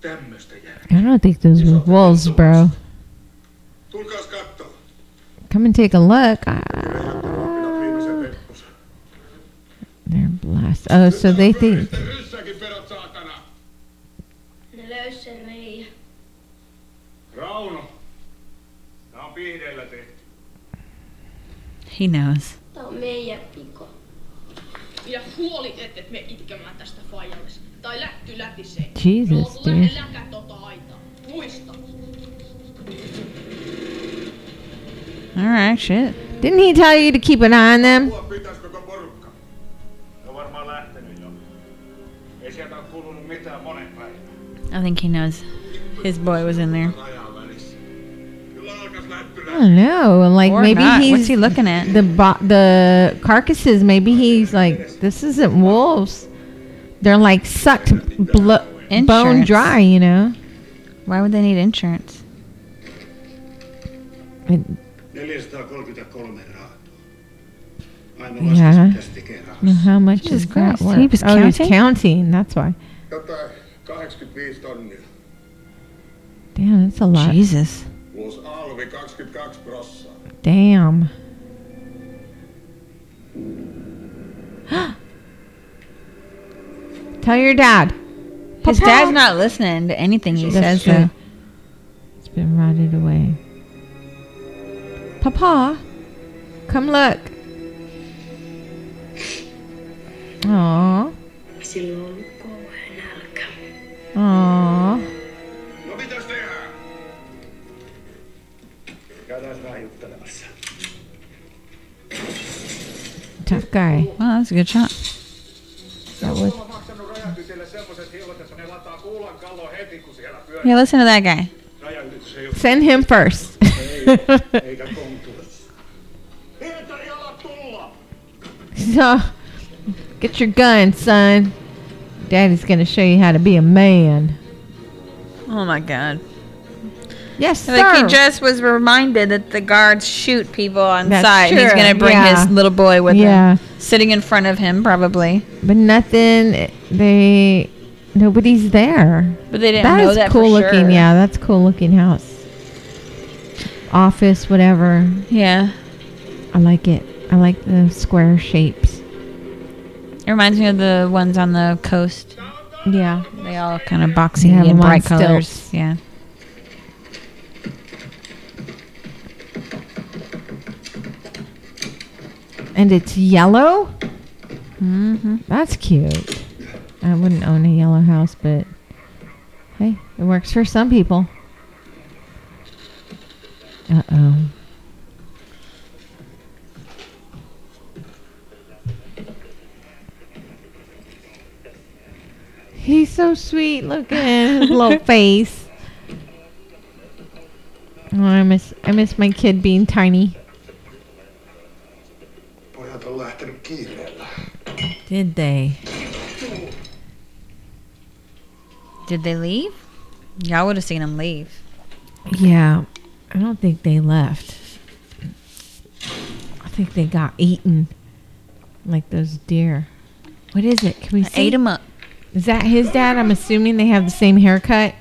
Speaker 9: Tämmöstä jää.
Speaker 2: I don't think those were wolves, bro.
Speaker 9: Tulkaas kattoo.
Speaker 2: Come and take a look. Ah,
Speaker 9: Minä viimeisen verkkonsa.
Speaker 2: they're blessed. Oh, so they think.
Speaker 9: Ryssäkin pedot saatana.
Speaker 6: Ne löysi sen reiän.
Speaker 9: Rauno. Tää on piireillä tehty.
Speaker 1: He knows.
Speaker 6: Tää on meidän piko.
Speaker 7: Pidä huoli, ettet me itkemään tästä faijalle. Tai lätty lätisee.
Speaker 2: Jesus,
Speaker 7: no,
Speaker 2: dude.
Speaker 7: lähde läkä tota aitaa. Muista.
Speaker 1: All right, shit.
Speaker 2: Didn't he tell you to keep an eye on them?
Speaker 9: Mua pitäis koko porukka. Ne on varmaan lähtenyt jo. Ei sieltä oo kuulunut mitään monen päivän.
Speaker 1: I think he knows. His boy was in there.
Speaker 9: Rajan välissä. Kyllä alkas lätty
Speaker 2: I don't know. Like
Speaker 1: Or
Speaker 2: maybe
Speaker 1: not.
Speaker 2: he's
Speaker 1: What's he looking at?
Speaker 2: the bo- the carcasses. Maybe he's like this isn't wolves. They're like sucked blo- bone
Speaker 1: Insurance.
Speaker 2: dry. You know.
Speaker 1: Why would they need insurance?
Speaker 3: 433 raatua. Aino
Speaker 2: Jaa.
Speaker 3: laskesin tästikin
Speaker 2: Well,
Speaker 1: Mhm.
Speaker 3: rahassa.
Speaker 2: how much
Speaker 1: Jesus
Speaker 2: is that
Speaker 1: Christ,
Speaker 2: worth?
Speaker 1: he was
Speaker 2: oh, he's
Speaker 1: counting?
Speaker 2: counting. That's why.
Speaker 9: Jotain 85 tonnia.
Speaker 2: Damn, that's a lot.
Speaker 1: Jesus.
Speaker 9: Plus alvi 22 prossaa.
Speaker 2: Damn. Tell your dad.
Speaker 1: His
Speaker 2: Papa.
Speaker 1: dad's not listening to anything he
Speaker 2: That's
Speaker 1: says. Though.
Speaker 2: true. It's been rotted away. Papa, come look. Aww.
Speaker 6: Sillä on ollut kauhean nälkä.
Speaker 2: Aww.
Speaker 9: No mitäs tehdään? Käydään vähän juttelemassa.
Speaker 2: Tough guy.
Speaker 1: Wow, that's a good shot.
Speaker 9: That was... Mä oon maksanut rajanytille semmoset hillot, että ne lataa kuulan kallon heti, kun siellä pyörii.
Speaker 1: Yeah, listen to that guy.
Speaker 9: Rajanylitys ei oo
Speaker 2: Send him first.
Speaker 9: eikä kontula. Pietari, ala tulla!
Speaker 2: so, get your gun, son. Daddy's gonna show you how to be a man.
Speaker 1: Oh my god.
Speaker 2: Yes, sir.
Speaker 1: Like he just was reminded that the guards shoot people on
Speaker 2: That's
Speaker 1: sight. and He's
Speaker 2: true,
Speaker 1: gonna bring
Speaker 2: yeah.
Speaker 1: his little boy with
Speaker 2: Yeah.
Speaker 1: him, sitting in front of him probably.
Speaker 2: but nothing. They. Nobody's there.
Speaker 1: But they didn't
Speaker 2: That
Speaker 1: know
Speaker 2: is
Speaker 1: that
Speaker 2: cool
Speaker 1: for
Speaker 2: looking.
Speaker 1: sure.
Speaker 2: Yeah, that's cool looking house. Office, whatever.
Speaker 1: Yeah.
Speaker 2: I like it. I like the square shapes.
Speaker 1: It reminds me of the ones on the coast.
Speaker 2: Yeah.
Speaker 1: They all kind of boxy
Speaker 2: They have
Speaker 1: and
Speaker 2: them on
Speaker 1: bright colors.
Speaker 2: stilts.
Speaker 1: Yeah.
Speaker 2: And it's yellow. Mm-hmm. That's cute. I wouldn't own a yellow house, but hey, it works for some people. Uh oh. He's so sweet looking, his little face. Oh, I miss I miss my kid being tiny.
Speaker 9: Pojat on lähtenyt kiireellä.
Speaker 2: Did they?
Speaker 1: Did they leave? Y'all would have seen them leave.
Speaker 2: Yeah, I don't think they left. I think they got eaten, like those deer. What is it? Can we
Speaker 1: I
Speaker 2: see?
Speaker 1: ate them up.
Speaker 2: Is that his dad? I'm assuming they have the same haircut.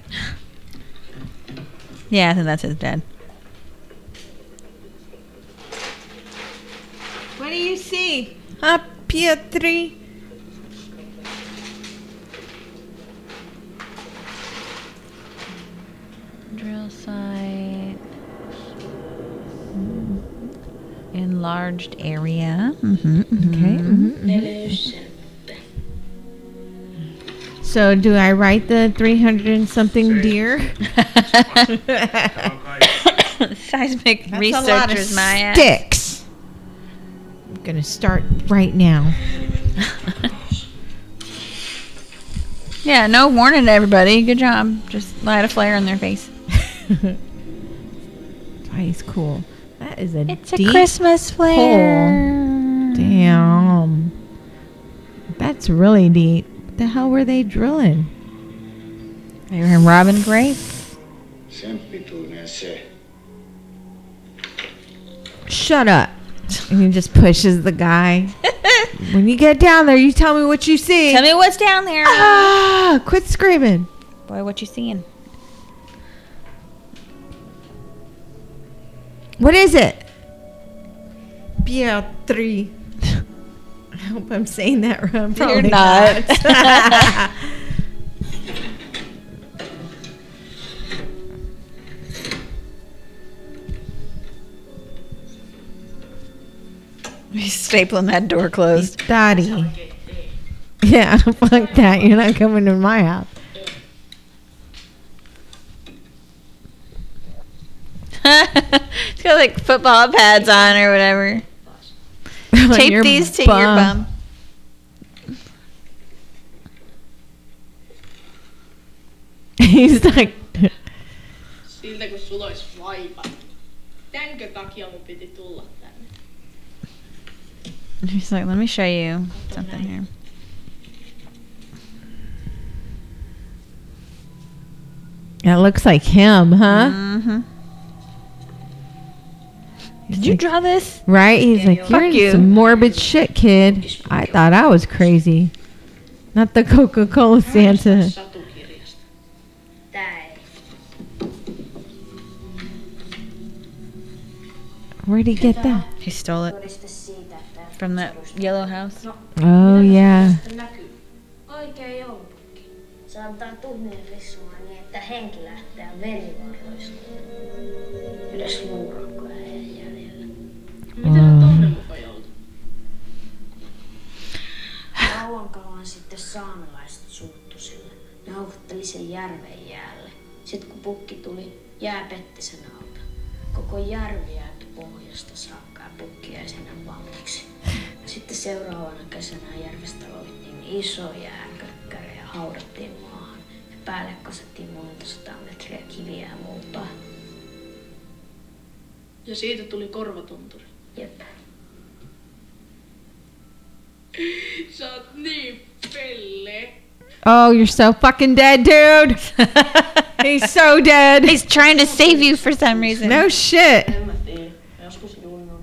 Speaker 1: Yeah, I think that's his dad.
Speaker 2: What do you see? Ah, Pietri.
Speaker 1: Drill site. Enlarged area. Mm-hmm.
Speaker 2: Okay.
Speaker 6: Ne löysi sen.
Speaker 2: So, do I write the 300 and something deer?
Speaker 1: Seismic researchers, Maya.
Speaker 2: sticks. Gonna start right now.
Speaker 1: Yeah, no warning to everybody. Good job. Just light a flare in their face.
Speaker 2: He's cool. That is a
Speaker 1: It's a
Speaker 2: deep
Speaker 1: Christmas flare.
Speaker 2: Damn. That's really deep. What the hell were they drilling?
Speaker 1: They were in Robin Grape.
Speaker 3: Sempituneesse.
Speaker 2: Shut up. And he just pushes the guy. when you get down there, you tell me what you see.
Speaker 1: Tell me what's down there.
Speaker 2: ah, quit screaming.
Speaker 1: Boy, what you seeing?
Speaker 2: What is it? Pierre 3. I hope I'm saying that right.
Speaker 1: You're
Speaker 2: I'm probably
Speaker 1: not.
Speaker 2: not.
Speaker 1: He's stapling that door closed.
Speaker 2: Daddy. Yeah, fuck that. You're not coming to my house.
Speaker 1: He's got like football pads on or whatever.
Speaker 2: On
Speaker 1: Tape
Speaker 2: your
Speaker 1: these to your
Speaker 2: bum.
Speaker 1: bum.
Speaker 2: He's like,
Speaker 7: Siltä kun sulla olisi vaiva. Tänkö takia mun piti tulla tänne?
Speaker 1: He's like, let me show you something here.
Speaker 2: that looks like him, huh?
Speaker 1: Mm-hmm.
Speaker 2: He's
Speaker 1: Did you
Speaker 2: like-
Speaker 1: draw this?
Speaker 2: Right? He's like,
Speaker 1: Fuck
Speaker 2: you're
Speaker 1: you."
Speaker 2: you. some morbid shit, kid. I thought I was crazy. Not the Coca Cola Santa.
Speaker 7: Satukirjasta.
Speaker 6: Tää ei.
Speaker 2: Where'd he get that?
Speaker 1: He stole it
Speaker 6: Todiste siitä, että
Speaker 1: from that yellow house.
Speaker 2: Oh, yeah.
Speaker 6: tästä näkyy. Oikein joulupukki.
Speaker 10: Se antaa tuhmien vissua niin, että henki lähtee verivarjoista. Edes luurokkoja ei jäljellä.
Speaker 7: Miten
Speaker 2: Mm.
Speaker 7: sä tonne mukaan joudut?
Speaker 10: Kauan kauan sitten saamelaiset suuttu sille. Ne houkutteli sen järven jäälle. Sitten kun pukki tuli, jää petti sen alta. Koko järvi jäätyi pohjasta saakka ja pukki jäi sinne vangiksi. Sitten seuraavana kesänä järvestä loittiin iso jääkökkäri ja haudattiin maahan. Ja päälle kasattiin monta sataa metriä kiviä ja multaa.
Speaker 7: Ja siitä tuli korvatunturi.
Speaker 10: Jep.
Speaker 7: Sä oot niin pelle.
Speaker 2: Oh, you're so fucking dead, dude. He's so dead.
Speaker 1: He's trying to save you for some reason.
Speaker 2: no shit.
Speaker 7: En mä tiedä. Joskus junnon.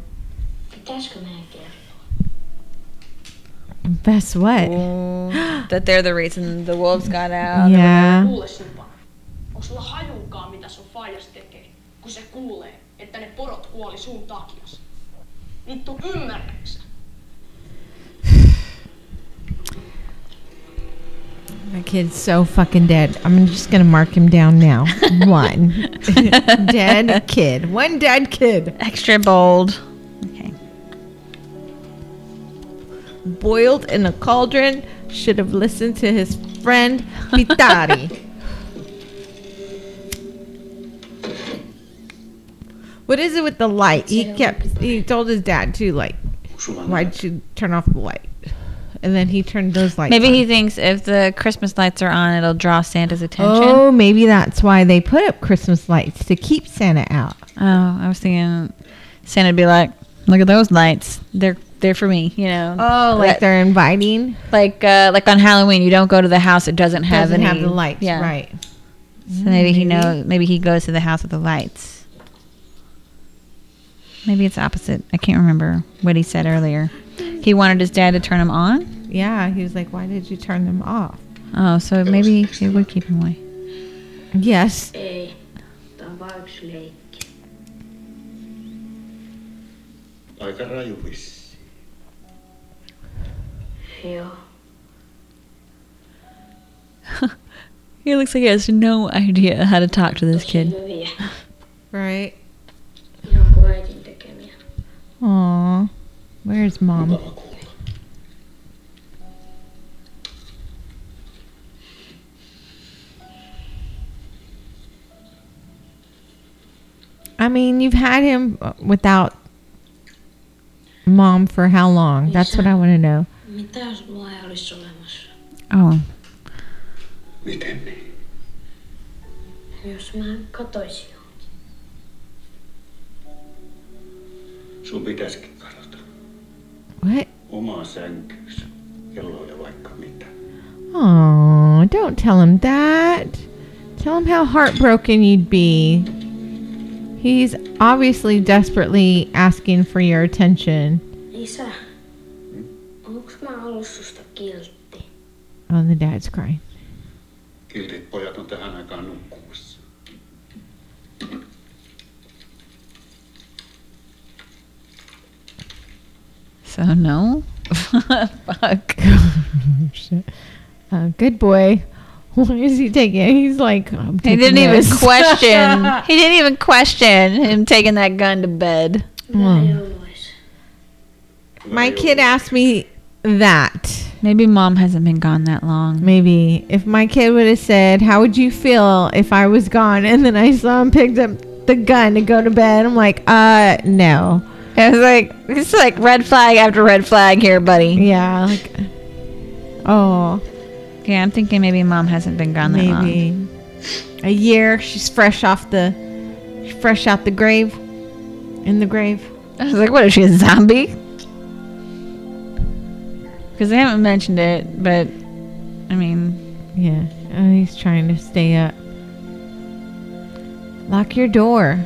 Speaker 10: Pitäisikö meidän kertoa?
Speaker 2: Best what?
Speaker 1: that they're the reason the wolves got out.
Speaker 2: Yeah.
Speaker 7: Kuule Supa, onko sulla hajuukaan mitä sun faijas tekee, kun se kuulee, että ne porot kuoli sun takias? Vittu ymmärräksä?
Speaker 2: My kid's so fucking dead. I'm just gonna mark him down now. One dead kid. One dead kid.
Speaker 1: Extra bold. Okay.
Speaker 2: Boiled in a cauldron. Should have listened to his friend Pitari. what is it with the light? He kept. He told his dad to like. Why'd you turn off the light? And then he turned those lights.
Speaker 1: Maybe
Speaker 2: on.
Speaker 1: he thinks if the Christmas lights are on, it'll draw Santa's attention.
Speaker 2: Oh, maybe that's why they put up Christmas lights to keep Santa out.
Speaker 1: Oh, I was thinking Santa'd be like, "Look at those lights. They're they're for me." You know.
Speaker 2: Oh, like
Speaker 1: That-
Speaker 2: they're inviting.
Speaker 1: like uh, like on Halloween, you don't go to the house that doesn't have
Speaker 2: Doesn't
Speaker 1: any
Speaker 2: have the lights,
Speaker 1: Yeah.
Speaker 2: right?
Speaker 1: So maybe he know. Maybe he goes to the house with the lights. Maybe it's opposite. I can't remember what he said earlier. He wanted his dad to turn him on.
Speaker 2: Yeah, he was like, "Why did you turn them off?"
Speaker 1: Oh, so maybe it would keep him away.
Speaker 2: Yes.
Speaker 10: Ei. Tämä on vaan yksi leikki.
Speaker 3: Aika raju vissi.
Speaker 10: Joo.
Speaker 1: He looks like he has no idea how to talk to this kid.
Speaker 10: Hyviä.
Speaker 2: Right.
Speaker 10: Ihan kuin äitin tekemiä.
Speaker 2: Aw, where's mom?
Speaker 4: Mukava kuulla.
Speaker 2: I mean, you've had him uh, without mom for how long? That's what I want to know.
Speaker 10: Mitä jos mua ei olisi olemassa?
Speaker 1: Oh.
Speaker 3: Miten niin?
Speaker 10: Jos mä katoisin johonkin.
Speaker 3: Sun pitäisikin kadota.
Speaker 2: What?
Speaker 3: Oma sänkyys. Kello ja vaikka mitä.
Speaker 2: Oh, don't tell him that. Tell him how heartbroken you'd be. He's obviously desperately asking for your attention.
Speaker 10: Isä,
Speaker 3: Hmm?
Speaker 10: onks mä ollut susta kiltti?
Speaker 2: Oh, and the dad's crying.
Speaker 3: Kiltit pojat on tähän aikaan nukkumassa.
Speaker 1: So no. Fuck.
Speaker 2: Shit. Uh, good boy. Why is he taking it? He's like, I'm
Speaker 1: He
Speaker 2: taking
Speaker 1: didn't even
Speaker 2: this.
Speaker 1: question. he didn't even question him taking that gun to bed.
Speaker 10: Mä ei olis.
Speaker 2: My kid asked me that.
Speaker 1: Maybe mom hasn't been gone that long.
Speaker 2: Maybe if my kid would have said, "How would you feel if I was gone?" and then I saw him picked up the gun to go to bed, I'm like, "Uh, no."
Speaker 1: It's like it's like red flag after red flag here, buddy.
Speaker 2: Yeah, like, oh,
Speaker 1: Yeah, I'm thinking maybe mom hasn't been gone that long.
Speaker 2: maybe a year. She's fresh off the, fresh out the grave, in the grave.
Speaker 1: I was like, what is she a zombie? Because they haven't mentioned it, but I mean,
Speaker 2: Yeah, oh, he's trying to stay up. Lock your door.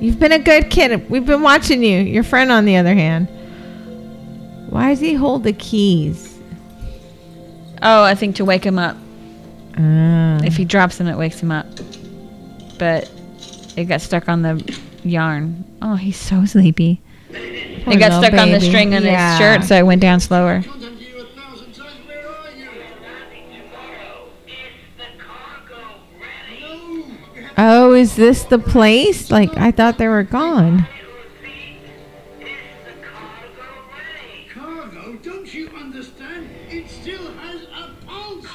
Speaker 2: You've been a good kid. We've been watching you. Your friend, on the other hand. Why does he hold the keys?
Speaker 1: oh, I think to wake him up.
Speaker 2: Ah.
Speaker 1: If he drops him, it wakes him up. But it got stuck on the yarn. Oh, he's so sleepy.
Speaker 2: Poor
Speaker 1: it got
Speaker 2: little
Speaker 1: stuck on the
Speaker 2: baby.
Speaker 1: string on
Speaker 2: Yeah.
Speaker 1: his shirt, so it went down slower.
Speaker 3: Contact you a thousand times. Where are you? No. You have
Speaker 2: Oh, is this the place? Like I thought they were gone.
Speaker 3: cargo. Don't you understand? It still has a pulse.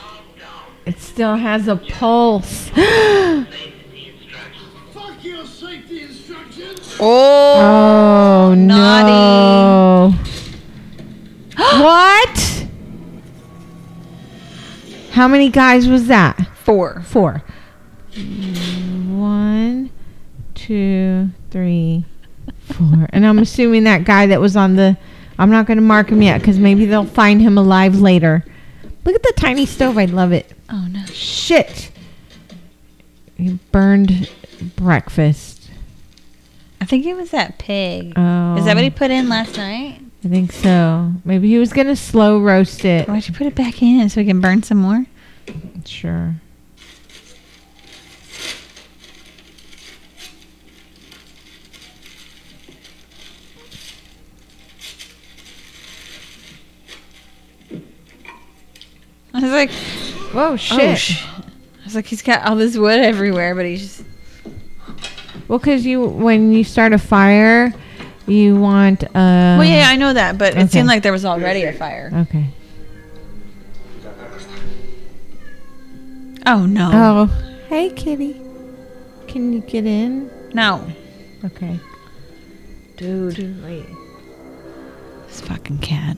Speaker 2: It still has a pulse.
Speaker 3: Fuck your safety instructions.
Speaker 1: Oh,
Speaker 2: oh no!
Speaker 1: naughty.
Speaker 2: what? How many guys was that?
Speaker 1: four.
Speaker 2: Four. One, two, three, four. And I'm assuming that guy that was on the. I'm not going to mark him yet because maybe they'll find him alive later. Look at the tiny stove. I love it.
Speaker 1: Oh no.
Speaker 2: Shit. He burned breakfast.
Speaker 1: I think it was that pig.
Speaker 2: Oh.
Speaker 1: Is that what he put in last night?
Speaker 2: I think so. Maybe he was going to slow roast it.
Speaker 1: Why'd you put it back in so we can burn some more?
Speaker 2: Sure.
Speaker 1: I was like,
Speaker 2: Whoa,
Speaker 1: oh, sh- I was like, he's got all this wood everywhere, but he's just
Speaker 2: well, because you, when you start a fire, you want. Uh,
Speaker 1: Well, yeah, I know that, but it
Speaker 2: Okay.
Speaker 1: seemed like there was already a fire.
Speaker 2: Okay.
Speaker 1: Oh no.
Speaker 2: Oh. Hey, kitty. Can you get in?
Speaker 1: No.
Speaker 2: Okay.
Speaker 1: Dude.
Speaker 2: Too late.
Speaker 1: This fucking cat.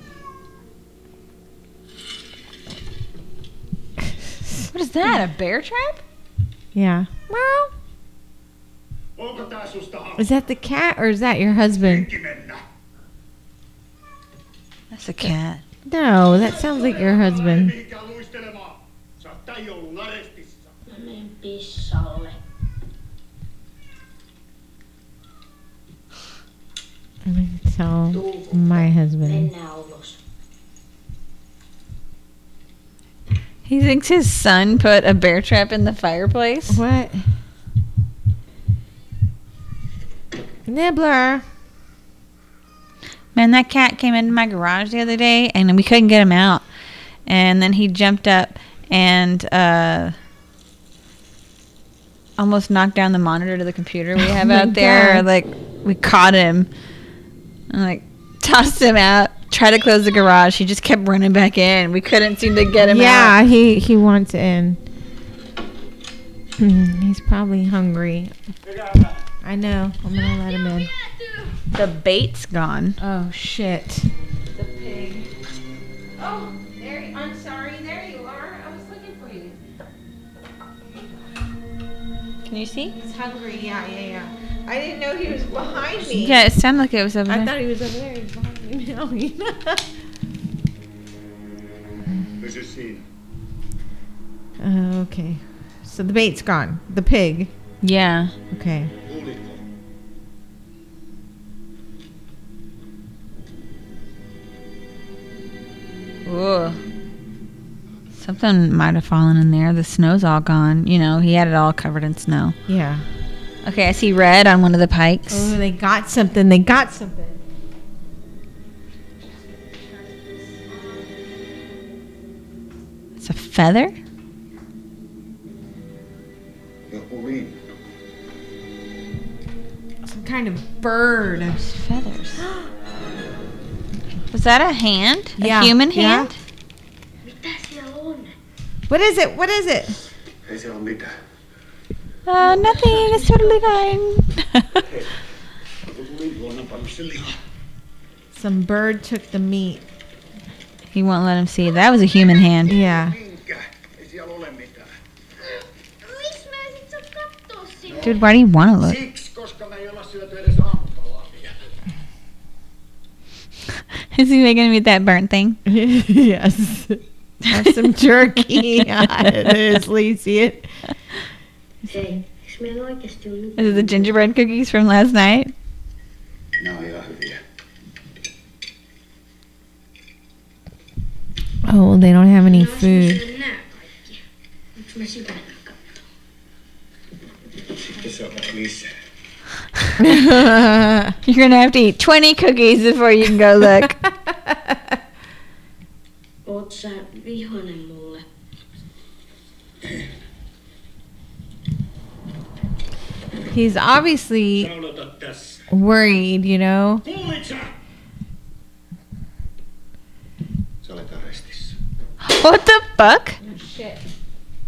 Speaker 1: What is that? A bear trap?
Speaker 2: Yeah.
Speaker 1: Meow.
Speaker 3: Onko tää susta happi?
Speaker 2: Is that the cat or is that your husband?
Speaker 3: mennä.
Speaker 1: That's a cat.
Speaker 2: No, that sounds like your husband.
Speaker 3: Mihinkään luistelemaan. Sä oot tän joulun arestissa.
Speaker 10: Mä menen pissalle.
Speaker 2: I mean, So,
Speaker 10: Tuu,
Speaker 2: my husband.
Speaker 10: mennään ulos.
Speaker 1: He thinks his son put a bear trap in the fireplace.
Speaker 2: What? Nibbler.
Speaker 1: Man, that cat came into my garage the other day and we couldn't get him out. And then he jumped up and uh, almost knocked down the monitor to the computer we have
Speaker 2: Oh my
Speaker 1: out there.
Speaker 2: God.
Speaker 1: Like, we caught him and, like, tossed him out, tried to close the garage. He just kept running back in. We couldn't seem to get him
Speaker 2: yeah,
Speaker 1: out.
Speaker 2: he he wants in. Hmm, He's probably hungry. I know. I'm gonna let him in.
Speaker 6: Pidäty!
Speaker 1: The bait's gone.
Speaker 2: Oh shit.
Speaker 11: The pig. Oh, there. you- I'm sorry. There you are. I was looking for you.
Speaker 1: Can you see?
Speaker 2: He's hungry. Yeah, yeah, yeah. I didn't know he was behind me.
Speaker 1: Yeah, it sounded like it was over
Speaker 2: I
Speaker 1: there.
Speaker 2: thought he was over there. He's behind me now.
Speaker 9: This is seen.
Speaker 2: Uh, okay. So the bait's gone. The pig.
Speaker 1: Yeah.
Speaker 2: Okay.
Speaker 9: Hold it.
Speaker 1: Ooh. Something might have fallen in there. The snow's all gone. You know, he had it all covered in snow.
Speaker 2: Yeah.
Speaker 1: Okay, I see red on one of the pikes.
Speaker 2: Oh, they got something. They got something.
Speaker 1: It's a feather?
Speaker 2: Some kind of bird.
Speaker 1: feathers. Was that a hand?
Speaker 2: Yeah,
Speaker 1: A human
Speaker 2: yeah.
Speaker 1: hand?
Speaker 2: What is it? What is it?
Speaker 3: Ei se ole mitään.
Speaker 1: Uh, nothing. It's totally fine.
Speaker 2: Some bird took the meat.
Speaker 1: he won't let him see. That was a human hand.
Speaker 2: Yeah.
Speaker 3: Minkä? Ei siellä ole mitään.
Speaker 6: Miksi mä en sit saa kattoo sitä?
Speaker 1: Dude, why do you want to look?
Speaker 3: Siksi, koska me ei olla syöty edes aamupalaa vielä.
Speaker 1: Is he making me eat that burnt thing?
Speaker 2: yes. Have some jerky. Honestly, see it?
Speaker 10: Hei, eiks meillä oikeesti ole nyt...
Speaker 1: Is it the gingerbread cookies from last night?
Speaker 3: Nää on ihan hyviä.
Speaker 2: Oh, well, they don't have any
Speaker 10: Mä oisin
Speaker 2: food.
Speaker 10: syönyt nää kaikki. Miksi mä sitä enää kattoo?
Speaker 3: Sitten se on lisää.
Speaker 1: You're going to have to eat 20 cookies before you can go look.
Speaker 10: Oot sä vihanen mulle?
Speaker 2: He's obviously
Speaker 3: Naulata tässä.
Speaker 2: worried, you know?
Speaker 3: Kuulit sä? Sä olet arestissa.
Speaker 1: what the fuck?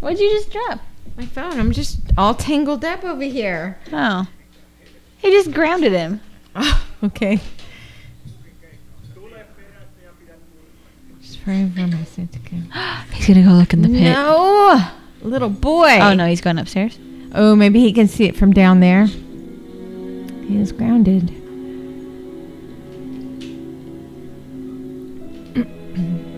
Speaker 1: What'd you just drop?
Speaker 2: My phone, I'm just all tangled up over here.
Speaker 1: Oh. He just grounded him.
Speaker 2: Oh, okay. Just pray for my son to come.
Speaker 1: He's going to go look in the pit.
Speaker 2: No! Little boy.
Speaker 1: Oh, no, he's going upstairs.
Speaker 2: Oh, maybe he can see it from down there. He is grounded.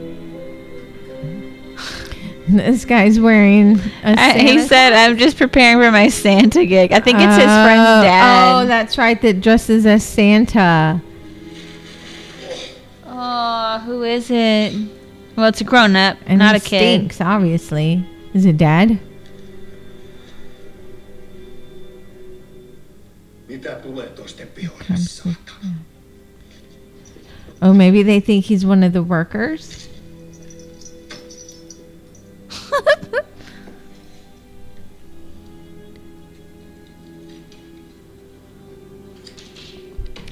Speaker 2: this guy's wearing a
Speaker 1: I, Uh, he
Speaker 2: Santa-
Speaker 1: said, "I'm just preparing for my Santa gig." I think it's his
Speaker 2: Oh,
Speaker 1: friend's dad.
Speaker 2: Oh, that's right. That dresses as Santa.
Speaker 1: Oh, who is it? Well, it's a grown up,
Speaker 2: And
Speaker 1: not
Speaker 2: he
Speaker 1: a kid.
Speaker 2: Stinks, obviously. Is it dad?
Speaker 3: Mitä tulee toisten pihoille, saatana?
Speaker 2: Oh, maybe they think he's one of the workers.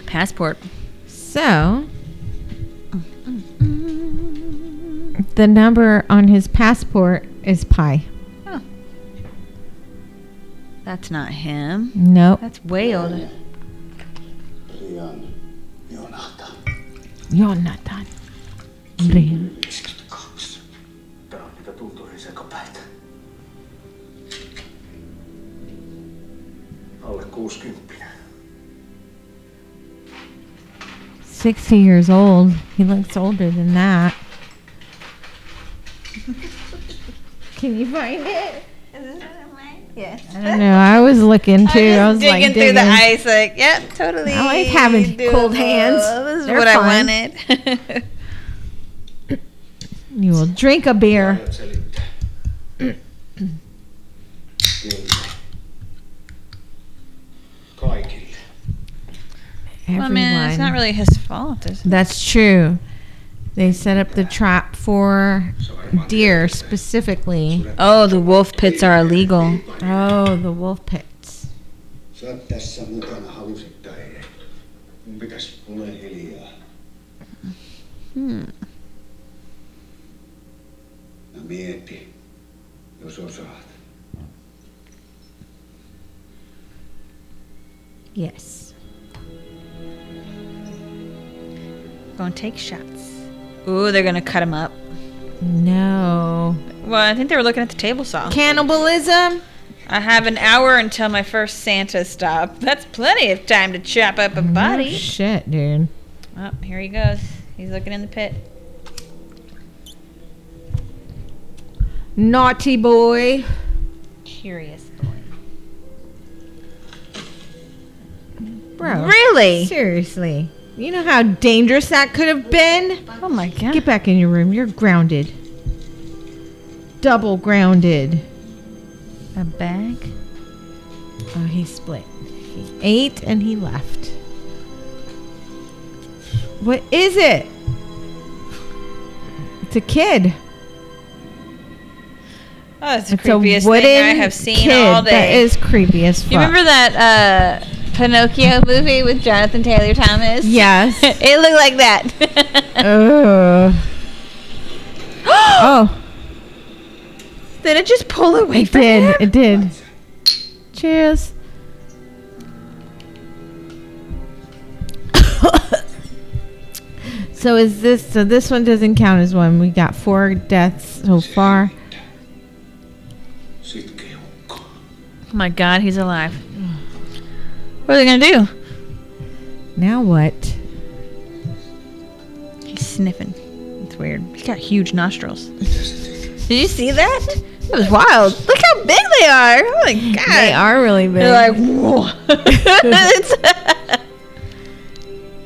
Speaker 1: Passport.
Speaker 2: So, the number on his passport is pi.
Speaker 1: That's not him.
Speaker 2: Nope.
Speaker 1: That's way older.
Speaker 3: Ihan jonata.
Speaker 2: You're not done. Brian.
Speaker 3: 52. Tää on niitä tunturin sekapäitä. Alle 60.
Speaker 2: 60 years old. He looks older than that. Can you find it? I don't know. I was looking too. I, was like digging
Speaker 1: ice, like, yep, totally.
Speaker 2: I like having cold hands. They're fine.
Speaker 1: wanted.
Speaker 2: You will drink a beer.
Speaker 3: Ajat selittää. Niille. Kaikille.
Speaker 1: well, I mean, it's not really his fault, is it?
Speaker 2: That's true. They set up the trap for deer specifically.
Speaker 1: Oh, the wolf pits are illegal.
Speaker 2: Oh, the wolf pits.
Speaker 3: Sä oot tässä mukana halusit tai ei. Mun pitäis olla hiljaa.
Speaker 1: Hmm.
Speaker 3: Mä No mieti, jos osaat.
Speaker 2: Yes.
Speaker 1: Gonna take shots. Ooh, they're gonna cut him up.
Speaker 2: No.
Speaker 1: Well, I think they were looking at the table saw.
Speaker 2: Cannibalism?
Speaker 1: I have an hour until my first Santa stop. That's plenty of time to chop up a
Speaker 2: Oh,
Speaker 1: body.
Speaker 2: shit, dude.
Speaker 1: Oh, here he goes. He's looking in the pit.
Speaker 2: Naughty boy.
Speaker 1: Curious boy.
Speaker 2: Bro.
Speaker 1: Really?
Speaker 2: Seriously. You know how dangerous that could have been?
Speaker 1: Oh my god.
Speaker 2: Get back in your room. You're grounded. Double grounded.
Speaker 1: A bag?
Speaker 2: Oh, he split. He ate and he left. What is it? It's a kid.
Speaker 1: Oh, it's the
Speaker 2: It's a
Speaker 1: creepiest
Speaker 2: wooden
Speaker 1: thing I have seen
Speaker 2: kid.
Speaker 1: all day.
Speaker 2: That is creepy as fuck.
Speaker 1: You remember that uh, Pinocchio movie with Jonathan Taylor Thomas?
Speaker 2: Yes.
Speaker 1: it looked like that.
Speaker 2: Ugh. oh.
Speaker 1: Did it just pull away
Speaker 2: It
Speaker 1: from
Speaker 2: did.
Speaker 1: him?
Speaker 2: It did. Cheers. so is this? So this one doesn't count as one. We got four deaths so far.
Speaker 1: Oh my god, he's alive. What are they gonna do?
Speaker 2: Now what?
Speaker 1: He's sniffing. It's weird. He's got huge nostrils. Did you see that? That was wild. Look how big they are. Oh my god.
Speaker 2: They are really big.
Speaker 1: They're like, whoa. It's-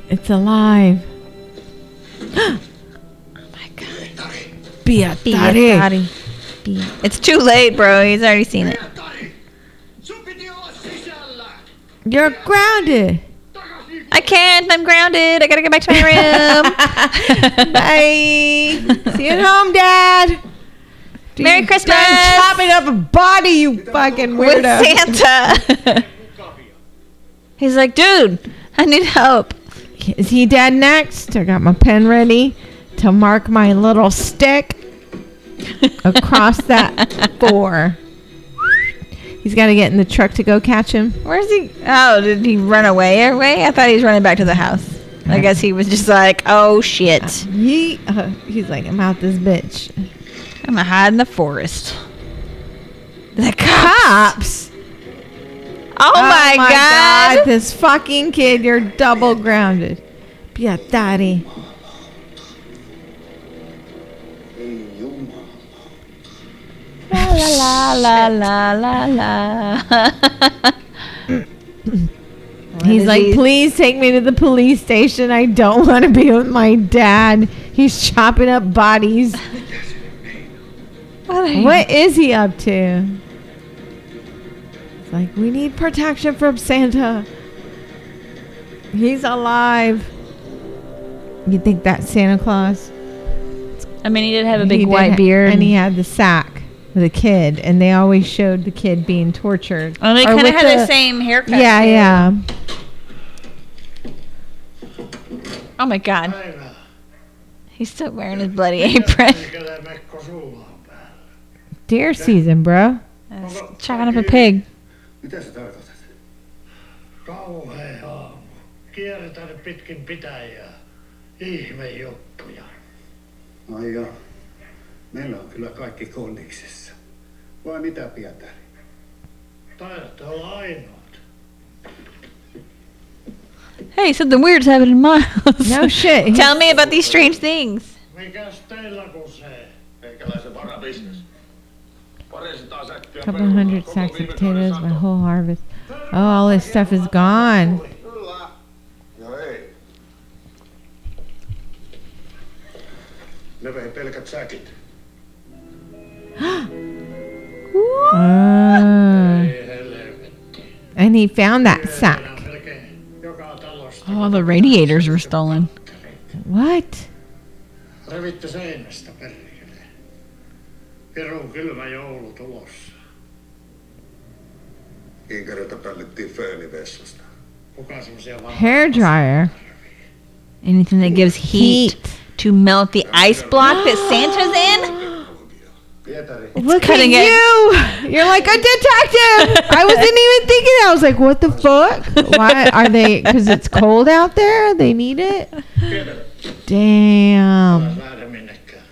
Speaker 2: it's alive. Be a
Speaker 1: Be a
Speaker 2: daddy.
Speaker 1: daddy. Be a- It's too late, bro. He's already seen it.
Speaker 2: You're grounded.
Speaker 1: I can't. I'm grounded. I gotta get back to my room.
Speaker 2: Bye. See you at home, Dad.
Speaker 1: Merry
Speaker 2: You
Speaker 1: Christmas.
Speaker 2: done Chopping up a body, you fucking
Speaker 1: with
Speaker 2: weirdo.
Speaker 1: Santa. He's like, dude, I need help.
Speaker 2: Is he dead next? I got my pen ready to mark my little stick across that four. He's got to get in the truck to go catch him.
Speaker 1: Where's he? Oh, did he run away? Away? I thought he was running back to the house. I guess he was just like, oh shit,
Speaker 2: He, uh, he's like, I'm out this bitch.
Speaker 1: I'm gonna hide in the forest. The cop.
Speaker 2: Cops!
Speaker 1: Oh, my, god.
Speaker 2: This fucking kid, you're double grounded. Be a daddy.
Speaker 1: La la la la la la.
Speaker 2: He's
Speaker 1: is
Speaker 2: like,
Speaker 1: he-
Speaker 2: please take me to the police station. I don't want to be with my dad. He's chopping up bodies.
Speaker 1: What? are you-
Speaker 2: What is he up to? It's like, we need protection from Santa. He's alive. You think that's Santa Claus?
Speaker 1: I mean, he did have a
Speaker 2: He
Speaker 1: big
Speaker 2: did
Speaker 1: white
Speaker 2: ha-
Speaker 1: beard.
Speaker 2: And he had the sack with the kid, and they always showed the kid being tortured.
Speaker 1: and they
Speaker 2: Or
Speaker 1: kind of
Speaker 2: with
Speaker 1: had the, same haircut.
Speaker 2: Yeah,
Speaker 1: too.
Speaker 2: yeah.
Speaker 1: Oh my god, he's still wearing his bloody apron.
Speaker 2: Deer season, bro.
Speaker 1: That's chopping up a pig.
Speaker 3: Mitä sä tarkoitat?
Speaker 5: Kauhea aamu. Kierretään pitkin pitäjää. Ihme juttuja.
Speaker 3: Ai jaa. No Meillä on kyllä kaikki konniksessa. Vai mitä Pietari?
Speaker 5: Taidatte olla ainoat.
Speaker 1: Hey, something weird's happening in my house.
Speaker 2: No shit.
Speaker 1: Tell me about these strange things.
Speaker 5: Mikäs teillä kusee?
Speaker 9: Meikäläisen varabisnes. Parisataa säkkiä
Speaker 2: Couple hundred
Speaker 9: Koko
Speaker 2: sacks of
Speaker 9: viime kauden
Speaker 2: potatoes, my
Speaker 9: sato.
Speaker 2: whole harvest. Oh, all this stuff is gone.
Speaker 9: Kyllä. No ei.
Speaker 3: Ne vei pelkät säkit.
Speaker 2: Oh.
Speaker 5: Ei helvetti.
Speaker 2: And he found that sack.
Speaker 5: Kierretään melkein joka talosta.
Speaker 1: Oh, the radiators were stolen.
Speaker 2: What?
Speaker 5: Revitte seinästä perkele. Pirun kylmä joulu tulossa.
Speaker 3: Inkarilta pöllittiin föönivessusta.
Speaker 5: Kuka semmosia vanhoja?
Speaker 2: Hair dryer.
Speaker 1: Anything that gives heat, to melt the ice block that Santa's in.
Speaker 3: Pietari.
Speaker 1: It's
Speaker 2: Look at
Speaker 1: cutting it.
Speaker 2: you. You're like a detective. I wasn't even thinking. that. I was like, what the fuck? Why are they? Because it's cold out there. They need it.
Speaker 9: Pietari.
Speaker 2: Damn.
Speaker 12: Älä lähde minnekään.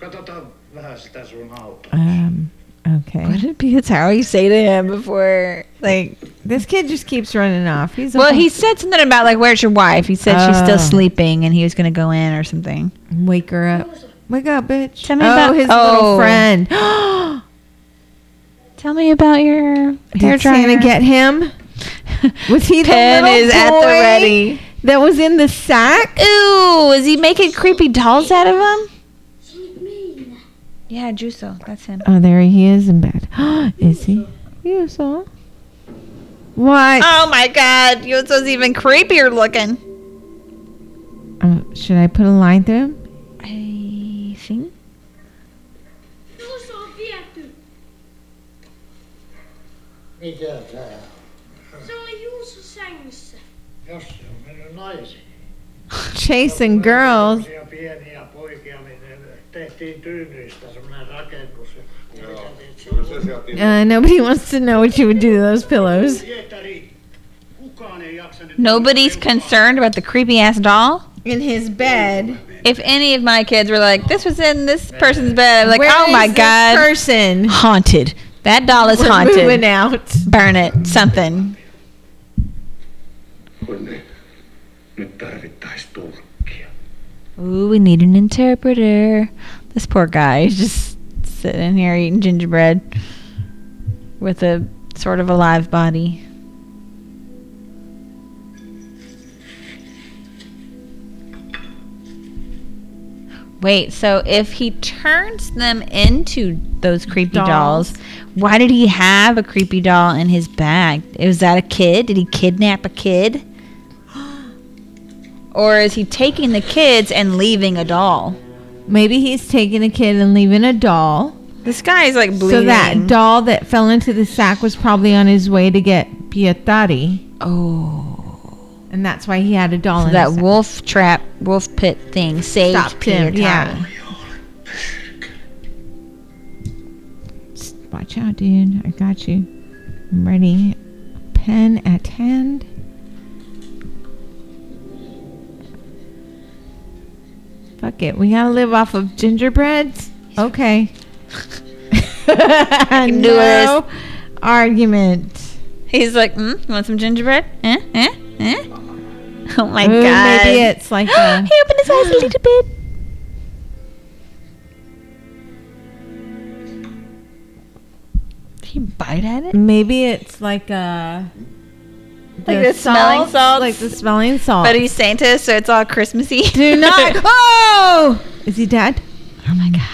Speaker 12: Katsotaan vähän sitä sun autoa.
Speaker 2: Um. Okay.
Speaker 1: What would be? It's how you say to him before, like.
Speaker 2: This kid just keeps running off. He's a
Speaker 1: Well,
Speaker 2: whole-
Speaker 1: he said something about like, "Where's your wife?" He said she's
Speaker 2: Oh.
Speaker 1: still sleeping, and he was gonna go in or something.
Speaker 2: wake her up. Wake up, bitch.
Speaker 1: Tell me
Speaker 2: oh,
Speaker 1: about-
Speaker 2: his
Speaker 1: oh.
Speaker 2: little friend.
Speaker 1: Tell me about your hair
Speaker 2: Did Santa get him? Was he
Speaker 1: Pen
Speaker 2: the little
Speaker 1: is at the
Speaker 2: boy
Speaker 1: ready.
Speaker 2: That was in the sack.
Speaker 1: Ooh, is he making creepy dolls out of him? Yeah, Juso, that's him.
Speaker 2: Oh, there he is in bed. is he? Ah. You saw. What?
Speaker 1: Oh my God, Juso's even creepier looking.
Speaker 2: Um, should I put a line through him?
Speaker 1: I think.
Speaker 6: Juuso on viety.
Speaker 12: Mitä tää on?
Speaker 6: Se oli Juuso sängyssä.
Speaker 12: Jos se on mennyt naisiin.
Speaker 2: Chasing girls.
Speaker 12: Semmosia pieniä poikia, niin ne tehtiin tyynyistä semmoinen rakennus. Joo, kyllä se
Speaker 2: Uh, nobody wants to know what you would do to those pillows.
Speaker 3: Pietari, kukaan ei jaksanut
Speaker 1: Nobody's concerned about the creepy ass doll.
Speaker 2: In his bed.
Speaker 1: If any of my kids were like, "This was in this person's bed," I'm like,
Speaker 2: Where
Speaker 1: "Oh
Speaker 2: is
Speaker 1: my
Speaker 2: this
Speaker 1: God,
Speaker 2: person.
Speaker 1: haunted. That doll is
Speaker 2: We're
Speaker 1: haunted.
Speaker 2: moving out.
Speaker 1: Burn it, something."
Speaker 13: Kunne, nyt tarvittais tulkkia.
Speaker 1: Ooh, we need an interpreter. This poor guy is just sitting here eating gingerbread with a sort of alive body. Wait, so if he turns them into those creepy dolls.
Speaker 2: Dolls.
Speaker 1: why did he have a creepy doll in his bag? Was that a kid? Did he kidnap a kid? Or is he taking the kids and leaving a doll?
Speaker 2: Maybe he's taking a kid and leaving a doll.
Speaker 1: This guy is like bleeding.
Speaker 2: So that doll that fell into the sack was probably on his way to get Pietari.
Speaker 1: Oh.
Speaker 2: And that's why he had a doll
Speaker 1: So
Speaker 2: in
Speaker 1: that
Speaker 2: his
Speaker 1: wolf trap, wolf pit thing saved
Speaker 2: Stopped him,
Speaker 1: Pietari.
Speaker 2: yeah. Watch out, dude. I got you. I'm ready. Pen at hand. Fuck it. We gotta live off of gingerbread. Okay.
Speaker 1: can do
Speaker 2: no argument.
Speaker 1: He's like, mm, you want some gingerbread? Eh? Eh? Eh? Oh my
Speaker 2: Ooh,
Speaker 1: god.
Speaker 2: Maybe uh, it's like a,
Speaker 1: he opened his eyes a little bit. Did he bite at it?
Speaker 2: maybe it's like a
Speaker 1: Like the smelling salts?
Speaker 2: like the smelling salt.
Speaker 1: But he's Santa, so it's all Christmassy.
Speaker 2: do not. Oh, is he dead?
Speaker 1: oh my god.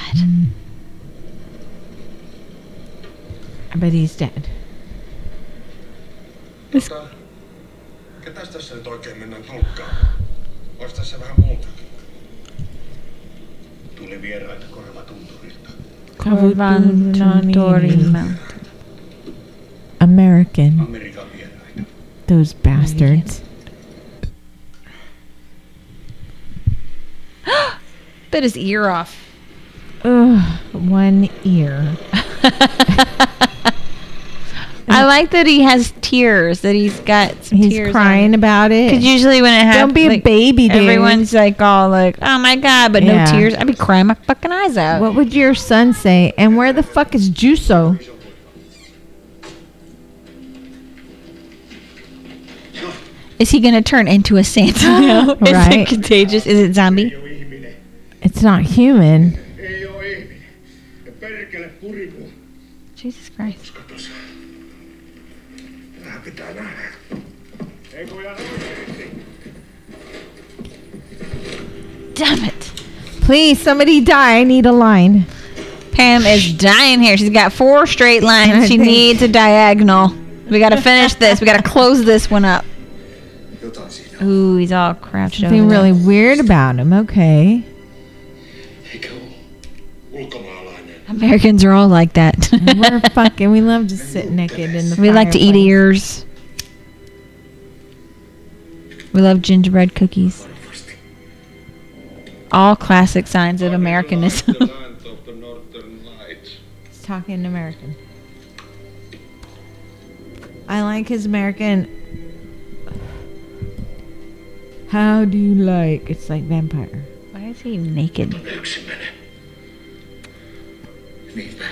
Speaker 2: I bet he's dead.
Speaker 14: Tota, ketäs tässä nyt oikein mennään tulkkaan? Ois tässä vähän muutakin. Tuli vieraita Korva Tunturilta.
Speaker 1: Kavutuntori Mountain.
Speaker 2: American.
Speaker 14: Amerikan vieraita.
Speaker 2: Those bastards.
Speaker 1: Bit his ear off.
Speaker 2: Ugh, one ear.
Speaker 1: I like that he has tears. That he's got some
Speaker 2: He's
Speaker 1: tears.
Speaker 2: crying about it.
Speaker 1: Because usually when it happens,
Speaker 2: Don't be a baby, dude.
Speaker 1: Everyone's like all like, "Oh my god," but
Speaker 2: Yeah.
Speaker 1: no tears. I'd be crying my fucking eyes out.
Speaker 2: What would your son say? And where the fuck is Juso?
Speaker 1: Is he gonna turn into a Santa? now? Is it
Speaker 2: Right.
Speaker 1: contagious? Is it zombie?
Speaker 2: It's not human.
Speaker 3: Ei oo ihminen. Ja perkele purimu.
Speaker 1: Jesus Christ!
Speaker 14: Katos. Tää pitää nähdä.
Speaker 3: Ei kun ihan oikeesti.
Speaker 1: Damn it!
Speaker 2: Please, somebody die. I need a line.
Speaker 1: Pam is dying here. She's got four straight lines.
Speaker 2: I
Speaker 1: She
Speaker 2: think-
Speaker 1: needs a diagonal. We gotta finish this. We gotta close this one up.
Speaker 14: Jotain siinä.
Speaker 1: Ooh, he's all crouched
Speaker 2: Something
Speaker 1: over.
Speaker 2: really weird about him. Okay.
Speaker 14: Eikä oo ulkomaalainen.
Speaker 1: Americans are all like that.
Speaker 2: We're fucking. We love to sit naked in the.
Speaker 1: We like to eat
Speaker 2: fireplace.
Speaker 1: ears. We love gingerbread cookies. All classic signs of Americanism.
Speaker 14: The land of the northern lights.
Speaker 2: He's talking American. I like his American. How do you like? It's like vampire.
Speaker 1: Why is he naked?
Speaker 4: Yksi menee. Niinpä.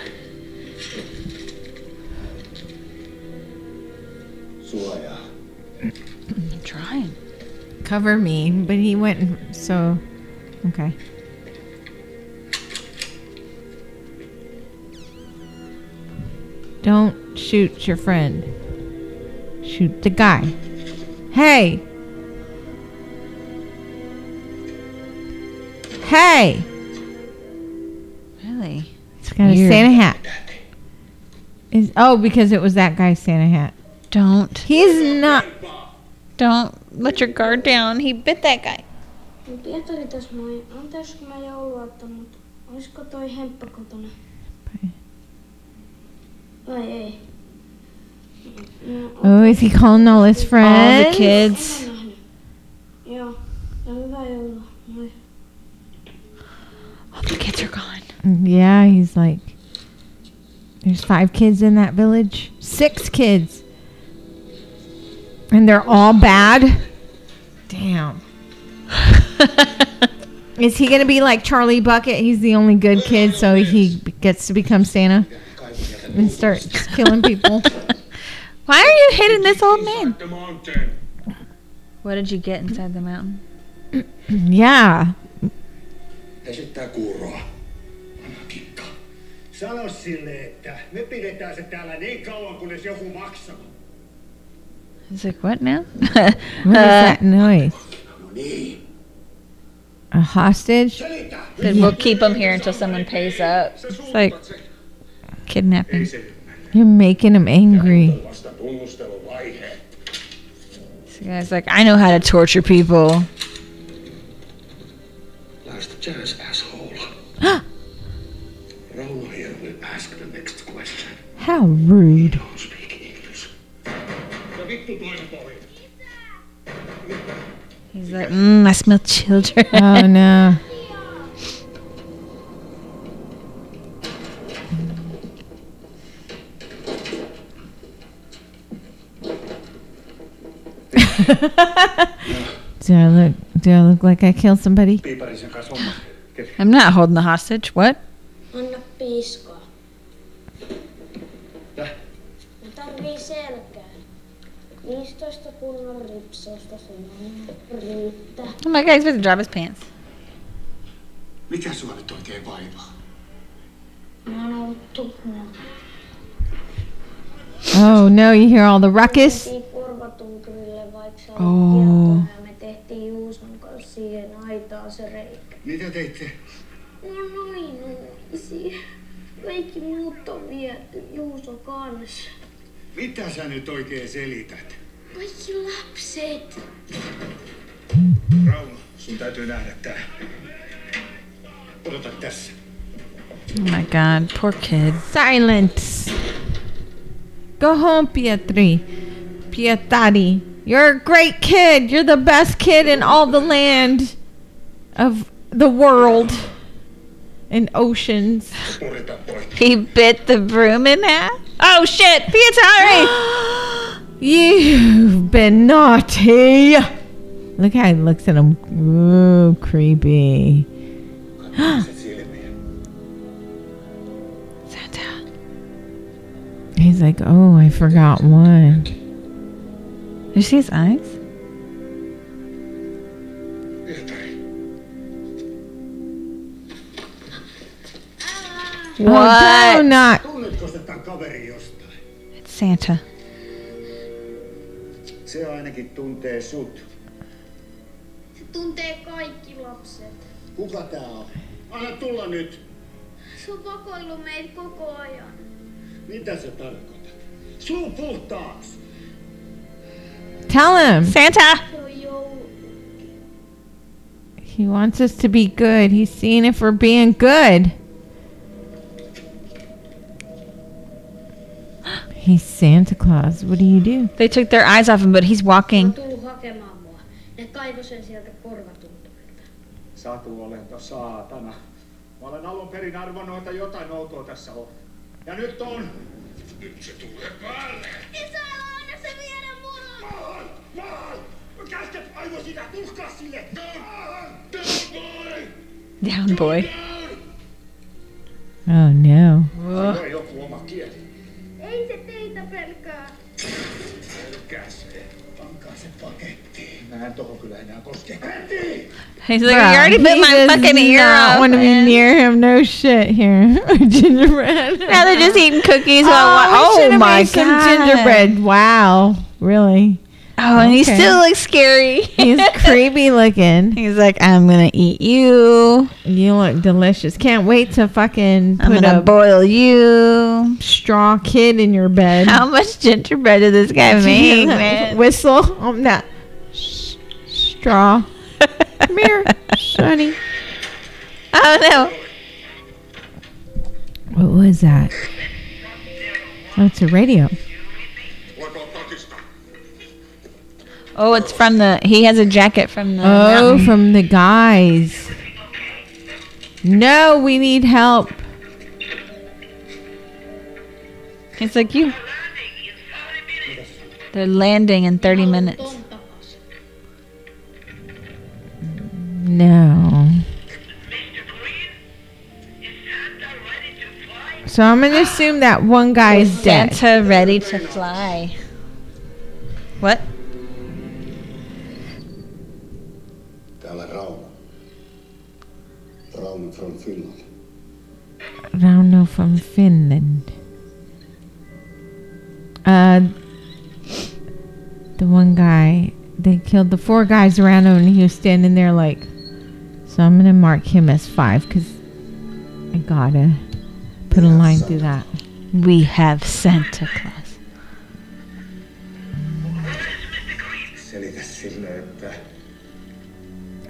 Speaker 4: Suojaa.
Speaker 1: Trying.
Speaker 2: Cover me, but he went and- so. Okay. Don't shoot your friend. Shoot the guy. Hey! Hey!
Speaker 1: Really?
Speaker 2: It's got a
Speaker 1: Weird.
Speaker 2: Santa hat. Is oh because it was that guy's Santa hat.
Speaker 1: Don't.
Speaker 2: He's not.
Speaker 1: Don't let your guard down. He bit that guy.
Speaker 6: Pietari tässä moi. Anteeksi kun mä jouluaatto, mutta olisiko toi hemppä kotona? Vai ei?
Speaker 2: Oh, is he calling all his friends?
Speaker 1: All the kids.
Speaker 6: En ole nähnyt. Joo. Ja hyvää joulua. Moi.
Speaker 1: All the kids are gone.
Speaker 2: Yeah, he's like. There's five kids in that village. Six kids. And they're all bad. Damn. Is he gonna be like Charlie Bucket? He's the only good kid, so he b- gets to become Santa and starts killing people.
Speaker 1: Why are you hitting this old man?
Speaker 5: The mountain.
Speaker 1: What did you get inside the mountain?
Speaker 2: yeah.
Speaker 14: Esittää kuuroa.
Speaker 5: Sano sille, että me pidetään se täällä niin kauan, kunnes joku maksaa.
Speaker 1: He's like, what now? Uh,
Speaker 2: What is that noise? A hostage?
Speaker 1: Then we'll keep him here until someone pays up. It's like kidnapping.
Speaker 2: You're making him
Speaker 1: Niin.
Speaker 2: angry.
Speaker 9: Vasta tunnusteluvaihe.
Speaker 1: This guy's like, I know how to torture people.
Speaker 4: Last chance, asshole. Rauno here will ask the next question.
Speaker 2: How rude.
Speaker 5: Ja vittu toinen pori.
Speaker 1: He's like, mm, I smell children.
Speaker 2: Oh no. do I look do I look like I killed somebody?
Speaker 9: Piiparisen kanssa homma.
Speaker 1: I'm not holding the hostage. What?
Speaker 10: Anna piiskaa.
Speaker 9: Täh?
Speaker 10: Mä tarvii selkää. 15 niin kunnon ripsausta sun on riittää.
Speaker 1: Oh my god, he's about to drop his pants.
Speaker 14: Mikä sua nyt oikein vaivaa?
Speaker 10: Mä oon ollut tuhna.
Speaker 2: Oh no, you hear all the ruckus?
Speaker 10: Tehtiin korvatunturille, vaikka se
Speaker 2: Oh.
Speaker 10: oli oh. ja me tehtiin Juuson kanssa siihen aitaan se reikä.
Speaker 14: Mitä teitte?
Speaker 10: No noin noisi. Kaikki muut on viety Juuso kanssa.
Speaker 14: Mitä sä nyt oikein selität?
Speaker 10: Kaikki lapset.
Speaker 9: Rauno, sun täytyy nähdä tää. Odota tässä.
Speaker 1: Oh my god, poor kid.
Speaker 2: Silence. Go home, Pietri. Pietari. You're a great kid. You're the best kid in all the land of the world and oceans.
Speaker 14: Purita poikki.
Speaker 1: He bit the broom in half? Oh shit, Pietari!
Speaker 2: You've been naughty. Look how he looks at him. Ooh, creepy.
Speaker 14: Sit silmiin.
Speaker 1: Santa.
Speaker 2: He's like, oh, I forgot one.
Speaker 1: Did you see his eyes?
Speaker 14: Pietari.
Speaker 2: Oh, do
Speaker 1: What?
Speaker 2: not.
Speaker 14: Tunnetko sä tän kaverin jostain?
Speaker 1: It's Santa.
Speaker 14: Se ainakin tuntee sut.
Speaker 6: Se tuntee kaikki lapset.
Speaker 14: Kuka tää on? Anna tulla nyt.
Speaker 6: Se on vakoillut meitä koko ajan.
Speaker 14: Mitä sä tarkoitat? Suu puhtaaks!
Speaker 2: Tell him.
Speaker 1: Santa!
Speaker 6: Se on joulu.
Speaker 2: He wants us to be good. He's seeing if we're being good. He's Santa Claus. What do you do?
Speaker 1: They took their eyes off him, but he's
Speaker 10: Ne on
Speaker 1: walking.
Speaker 10: tullut hakemaan mua. Ne kaivoi sen sieltä korvatunturilta.
Speaker 9: Satu olento saatana. Mä olen alun perin arvannut, että jotain outoa tässä on. Ja nyt on.
Speaker 14: Nyt se tulee päälle!
Speaker 6: Et saa aina se viedä mun
Speaker 14: Maahan! Maahan! Käsket aivo sitä!
Speaker 9: Tuska sille!
Speaker 1: Down boy.
Speaker 2: Oh no.
Speaker 1: Oh.
Speaker 9: Sillä on joku oma kieli.
Speaker 11: Ei se teitä pelkää.
Speaker 9: Pelkää se. Pankaa se pakettiin. Mä en tohon kyllä enää koske. Heti!
Speaker 1: He's like, you already bit my fucking ear off.
Speaker 2: want to be
Speaker 1: man."
Speaker 2: near him. No shit here. gingerbread.
Speaker 8: Now they're just eating cookies. while wa-
Speaker 2: we
Speaker 8: oh
Speaker 2: should've
Speaker 8: my
Speaker 2: made some
Speaker 8: god!
Speaker 2: gingerbread. Wow. Really?
Speaker 8: Oh, and he
Speaker 2: Okay.
Speaker 8: still looks scary.
Speaker 2: He's creepy looking.
Speaker 8: He's like, I'm gonna eat you.
Speaker 2: You look delicious. Can't wait to fucking
Speaker 8: I'm
Speaker 2: put
Speaker 8: gonna
Speaker 2: a
Speaker 8: boil you.
Speaker 2: straw kid in your bed.
Speaker 8: How much gingerbread did this guy make, man?
Speaker 2: Whistle. I'm not. S- Straw. Come here, honey.
Speaker 8: Oh no!
Speaker 2: What was that? Oh, it's a radio.
Speaker 1: Oh, it's from the. He has a jacket from the.
Speaker 2: Oh,
Speaker 1: mountain.
Speaker 2: from the guys. No, we need help.
Speaker 1: He's like you. They're landing in 30 minutes.
Speaker 2: No. So I'm gonna assume that one guy is dead.
Speaker 1: Santa ready to fly. What?
Speaker 15: Täällä Rauma. Rauma from Finland.
Speaker 2: Rauno from Finland. Uh, the one guy they killed the four guys around him, and he was standing there like. So I'm gonna mark him as five because I gotta put a line through that.
Speaker 1: We have Santa Claus.
Speaker 13: Selitä sille, että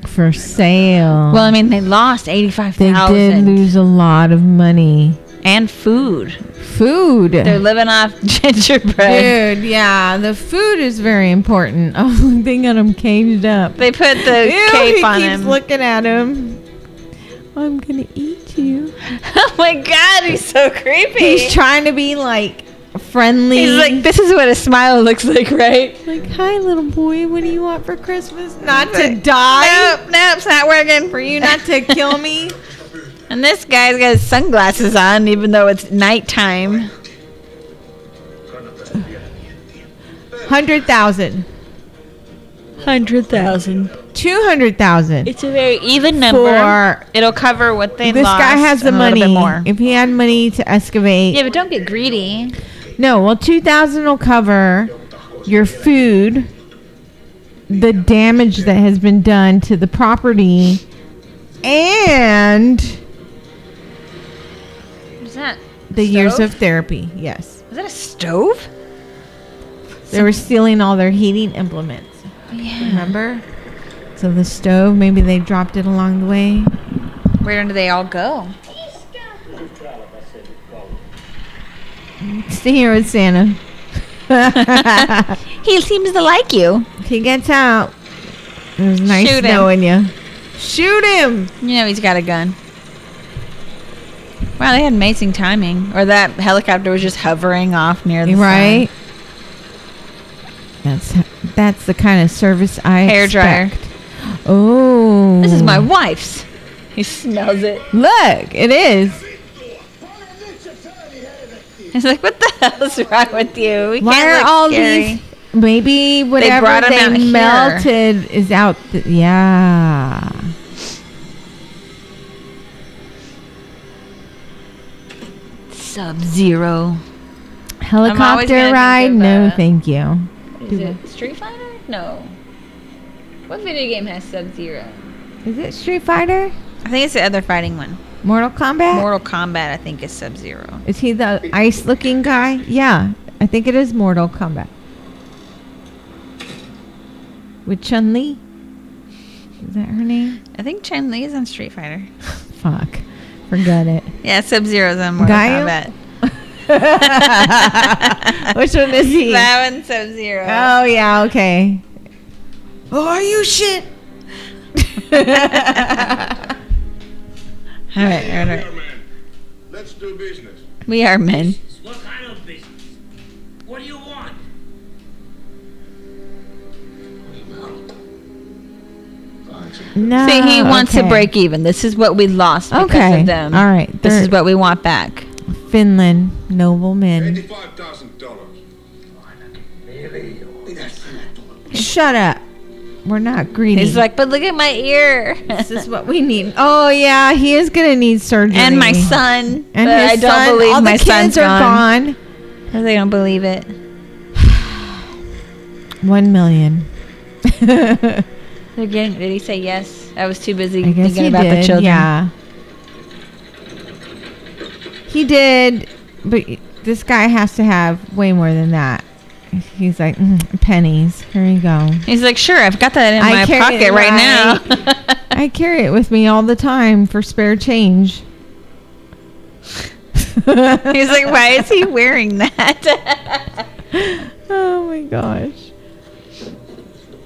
Speaker 2: For sale.
Speaker 1: Well, I mean, they lost
Speaker 2: they did
Speaker 1: 85,000
Speaker 2: lose a lot of money.
Speaker 1: and food.
Speaker 2: Food.
Speaker 1: They're living off gingerbread.
Speaker 2: Dude, yeah, the food is very important. Oh, they got him caged up.
Speaker 1: They put the
Speaker 2: Ew,
Speaker 1: cape
Speaker 2: he
Speaker 1: on
Speaker 2: keeps
Speaker 1: him.
Speaker 2: looking at him. I'm gonna eat you.
Speaker 1: oh my god, he's so creepy.
Speaker 2: He's trying to be like friendly.
Speaker 1: He's like, this is what a smile looks like, right?
Speaker 2: Like, hi, little boy. What do you want for Christmas? Not to die.
Speaker 1: Nope, nope, it's not working for you.
Speaker 2: Not to kill me.
Speaker 1: And this guy's got his sunglasses on, even though it's nighttime.
Speaker 2: Hundred thousand.
Speaker 1: Hundred thousand.
Speaker 2: Two hundred thousand.
Speaker 1: It's a very even number.
Speaker 2: For
Speaker 1: It'll cover what they
Speaker 2: this guy has the money.
Speaker 1: more.
Speaker 2: If he had money to excavate,
Speaker 1: Yeah, but don't get greedy.
Speaker 2: No, well, two thousand will cover your food, the damage that has been done to the property, and
Speaker 1: Is that
Speaker 2: the years
Speaker 1: stove?
Speaker 2: of therapy. Yes,
Speaker 1: Is that a stove?
Speaker 2: they were stealing all their heating implements.
Speaker 1: Yeah.
Speaker 2: Remember? So the stove, maybe they dropped it along the way.
Speaker 1: Where do they all go?
Speaker 2: Stay here with Santa.
Speaker 1: He seems to like you.
Speaker 2: he gets out. It was nice
Speaker 1: Shoot him.
Speaker 2: knowing you. Shoot him!
Speaker 1: You know he's got a gun. Wow, they had amazing timing. Or that helicopter was just hovering off near the
Speaker 2: Right? That's that's the kind of service I
Speaker 1: Hair dryer.
Speaker 2: expect. Oh,
Speaker 1: Sun. This is my wife's. Mm. He smells it.
Speaker 2: look. It is.
Speaker 1: He's like, what the hell's wrong with you? We
Speaker 2: Why
Speaker 1: can't
Speaker 2: are
Speaker 1: look
Speaker 2: all
Speaker 1: scary.
Speaker 2: these? Maybe whatever
Speaker 1: brought 'em
Speaker 2: they,
Speaker 1: out here.
Speaker 2: melted is out. Th- yeah.
Speaker 1: Sub Zero? always gonna
Speaker 2: Helicopter
Speaker 1: think
Speaker 2: ride?
Speaker 1: of,
Speaker 2: No,
Speaker 1: uh,
Speaker 2: thank you.
Speaker 1: Is it Street Fighter? No. What video game has Sub Zero?
Speaker 2: Is it Street Fighter?
Speaker 1: I think it's the other fighting one.
Speaker 2: Mortal Kombat?
Speaker 1: Mortal Kombat, I think, is Sub Zero.
Speaker 2: is he the ice-looking guy? Yeah, I think it is Mortal Kombat. With Chun Li. Is that her name?
Speaker 1: I think Chun Li is on Street Fighter.
Speaker 2: Fuck. Forget it.
Speaker 1: Yeah, Sub Zero's on Mortal
Speaker 2: Gaio?
Speaker 1: Kombat.
Speaker 2: Which one is he?
Speaker 1: That one's Sub Zero.
Speaker 2: Oh yeah, okay. Oh, are you shit?
Speaker 1: All right, all right, all right.
Speaker 14: Let's do business.
Speaker 1: We are men.
Speaker 5: What kind of business? What do you want?
Speaker 13: makes it
Speaker 2: No.
Speaker 1: See, he wants
Speaker 2: Ah,
Speaker 1: to
Speaker 2: okay.
Speaker 1: break even. This is what we lost because
Speaker 2: Okay,
Speaker 1: of them.
Speaker 2: all right,
Speaker 1: This
Speaker 2: they're-
Speaker 1: is what we want back.
Speaker 2: Finland, nobleman. Shut up. We're not greedy.
Speaker 1: He's like, but look at my ear.
Speaker 2: this is what we need. Oh yeah, he is gonna need surgery.
Speaker 1: and my son.
Speaker 2: And
Speaker 1: but
Speaker 2: his
Speaker 1: I don't
Speaker 2: son.
Speaker 1: believe
Speaker 2: All
Speaker 1: my
Speaker 2: the kids
Speaker 1: son's
Speaker 2: are
Speaker 1: gone.
Speaker 2: gone.
Speaker 1: They don't believe it.
Speaker 2: One million. I
Speaker 1: They're getting. Did he say yes? I was too busy
Speaker 2: guess
Speaker 1: thinking
Speaker 2: he
Speaker 1: about
Speaker 2: did.
Speaker 1: the children.
Speaker 2: Yeah. He did, but this guy has to have way more than that. He's like "Mm, pennies. Here you go.
Speaker 1: He's like, sure, I've got that in
Speaker 2: I
Speaker 1: my
Speaker 2: carry
Speaker 1: pocket
Speaker 2: it,
Speaker 1: right, now.
Speaker 2: I carry it with me all the time for spare change.
Speaker 1: He's like, why is he wearing that?
Speaker 2: Oh my gosh.